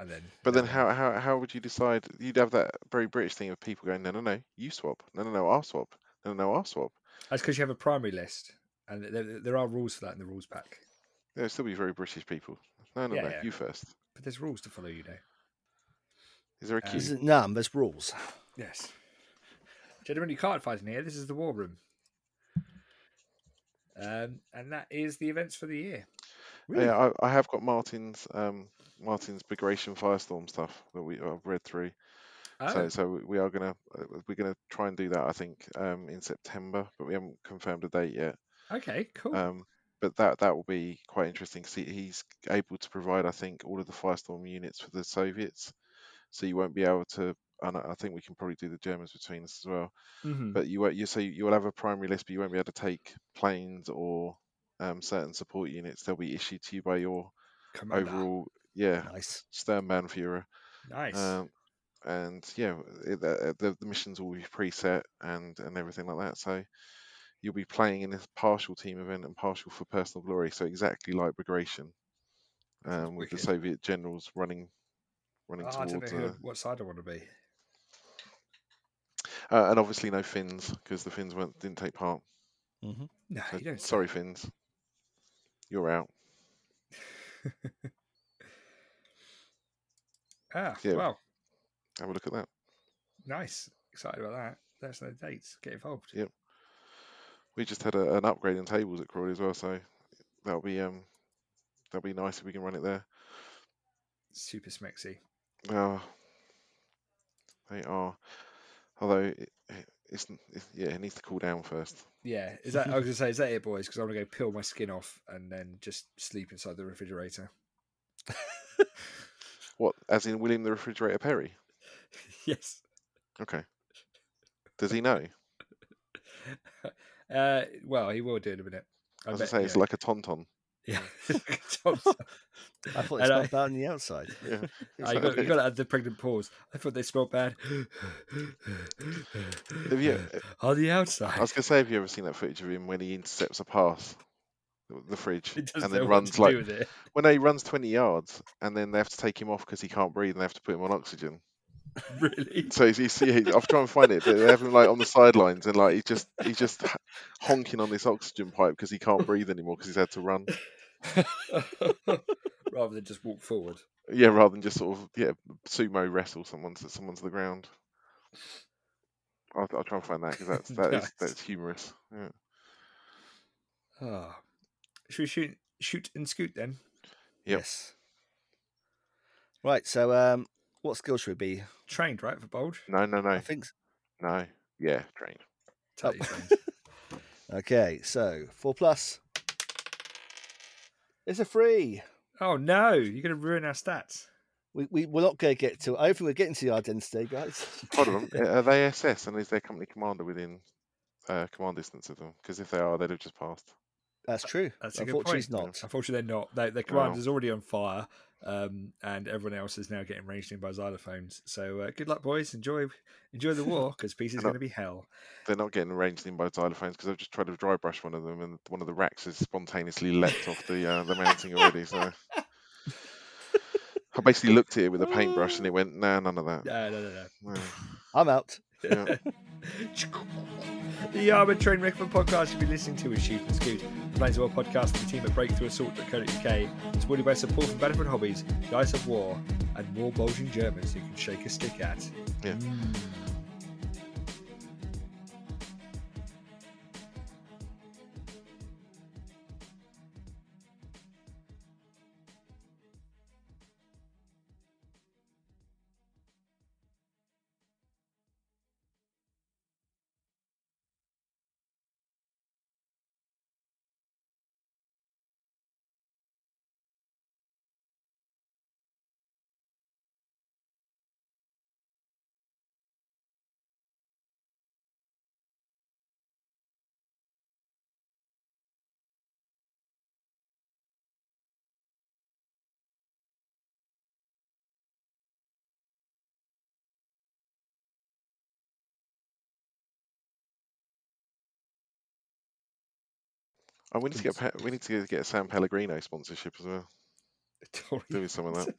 And then,
But then
and
how, how how would you decide? You'd have that very British thing of people going, no, no, no, you swap. No, no, no, I'll swap. No, no, no, I'll swap.
That's because you have a primary list, and th- there, there are rules for that in the rules pack.
There'll still be very British people. No, no,
Yeah,
no,
yeah.
you first.
But there's rules to follow, you know.
Is there a
Uh,
queue?
This isn't none. There's rules.
Yes. Gentlemen, you can't fight in here. This is the war room. Um, and that is the events for the year.
Really?
Yeah, I, I have got Martin's um Martin's Migration Firestorm stuff that we I've read through. So,
Oh,
so we- we are gonna uh, we're gonna try and do that. I think um in September, but we haven't confirmed a date yet.
okay, cool.
Um, but that that will be quite interesting because he, he's able to provide, I think, all of the firestorm units for the Soviets. So you won't be able to, and I I think we can probably do the Germans between us as well.
Mhm.
But you won't. You so you will have a primary list, but you won't be able to take planes or um, certain support units. They'll be issued to you by your
Commander.
overall, yeah,
Nice.
Sternbannführer.
Nice.
Um, and yeah, it, the, the the missions will be preset and and everything like that. So you'll be playing in this partial team event and partial for personal glory. So exactly like Bagration,
sounds
um, with the
wicked.
Soviet generals running running
Oh, I don't know
towards.
who,
Uh,
I'd- what side I want to be.
uh, and obviously no Finns because the Finns weren't didn't take part.
Mm-hmm.
No,
So
Ah, you don't. say.
sorry Finns, you're out.
Ah,
Yeah.
well,
Have a look at that.
nice. Excited about that. That's no dates. Get involved.
Yeah. We just had a, an upgrade in tables at Crawley as well, so that'll be um that'll be nice if we can run it there.
Super smexy.
Oh, they are. Although it, it- it's, n- it's yeah, it needs to cool down first.
Yeah, is that I was gonna say, is that it, boys? Because I want to go peel my skin off and then just sleep inside the refrigerator.
What, as in William the Refrigerator Perry?
yes.
Okay. Does he know?
Uh, well, he will do in a minute.
I was
bet-
gonna say it's
yeah,
like a tauntaun.
yeah. Thompson.
I thought it
And I-
smelled bad on the outside.
Yeah.
Ah, you got you got to add the pregnant pause. I thought they smelled bad.
you- uh,
on the outside?
I was gonna say, have you ever seen that footage of him when he intercepts a pass, the- the fridge,
it doesn't
and
know
then
what
runs
to do
like
with it.
when well, no, he runs twenty yards, and then they have to take him off because he can't breathe, and they have to put him on oxygen.
Really?
So he's, he's, yeah, I've tried and find it, but they have him like on the sidelines, and like he's just he's just h- honking on this oxygen pipe because he can't breathe anymore because he's had to run.
Rather than just walk forward.
Yeah, rather than just sort of yeah sumo wrestle someone to someone to the ground. I'll, I'll try and find that because that's that is-
Nice.
that's humorous. Yeah.
Ah, should we shoot, shoot and scoot then?
Yep.
Yes. Right. So, um, what skill should we be?
Trained, right, for Bulge?
No, no,
I
no,
think. s-
no. Yeah, train.
Totally
Oh.
trained.
Okay. So four plus. It's a three.
Oh no, you're going to ruin our stats.
We, we, we're not going to get to it. I don't think we're getting to the Ardennes today, guys.
Hold on, are they SS and is their company commander within uh, command distance of them? Because if they are, they'd have just passed.
That's true.
That's a good
Unfortunately, it's
point.
not.
Unfortunately, they're not. They, their
Well.
commander's already on fire, um, and everyone else is now getting ranged in by xylophones. So uh, good luck, boys. Enjoy, enjoy the war because peace is
And I-
going to be hell.
They're not getting arranged in by xylophones because I've just tried to dry brush one of them and one of the racks has spontaneously leapt off the uh, the mounting already. So I basically looked at it with a paintbrush and it went, nah, none of that.
No, no, no, no.
No.
I'm out.
Yeah.
the Armored Train Recommend podcast you've been listening to is Shoot and Scoot, the Planes of War podcast and the team at Breakthrough Assault.co.uk, supported by support from Battlefield Hobbies, the Eyes of War, and more bulging Germans who can shake a stick at.
Yeah. Oh, we need to get a, pa- we need to get- get a San Pellegrino sponsorship as well. Doing some of that.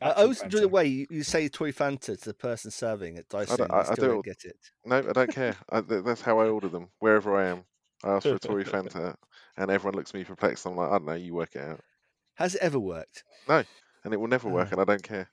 I I always enjoy the way you, you say Toy Fanta to the person serving at Dyson.
don't-
I,
I-
I,
I
still
do
do
all-
not get it.
No, I don't care. I, th- that's how I order them wherever I am. I ask for a Tory Fanta, and everyone looks at me perplexed. I'm like, I don't know, you work it out,
Has it ever worked?
and it will never work, and I don't care.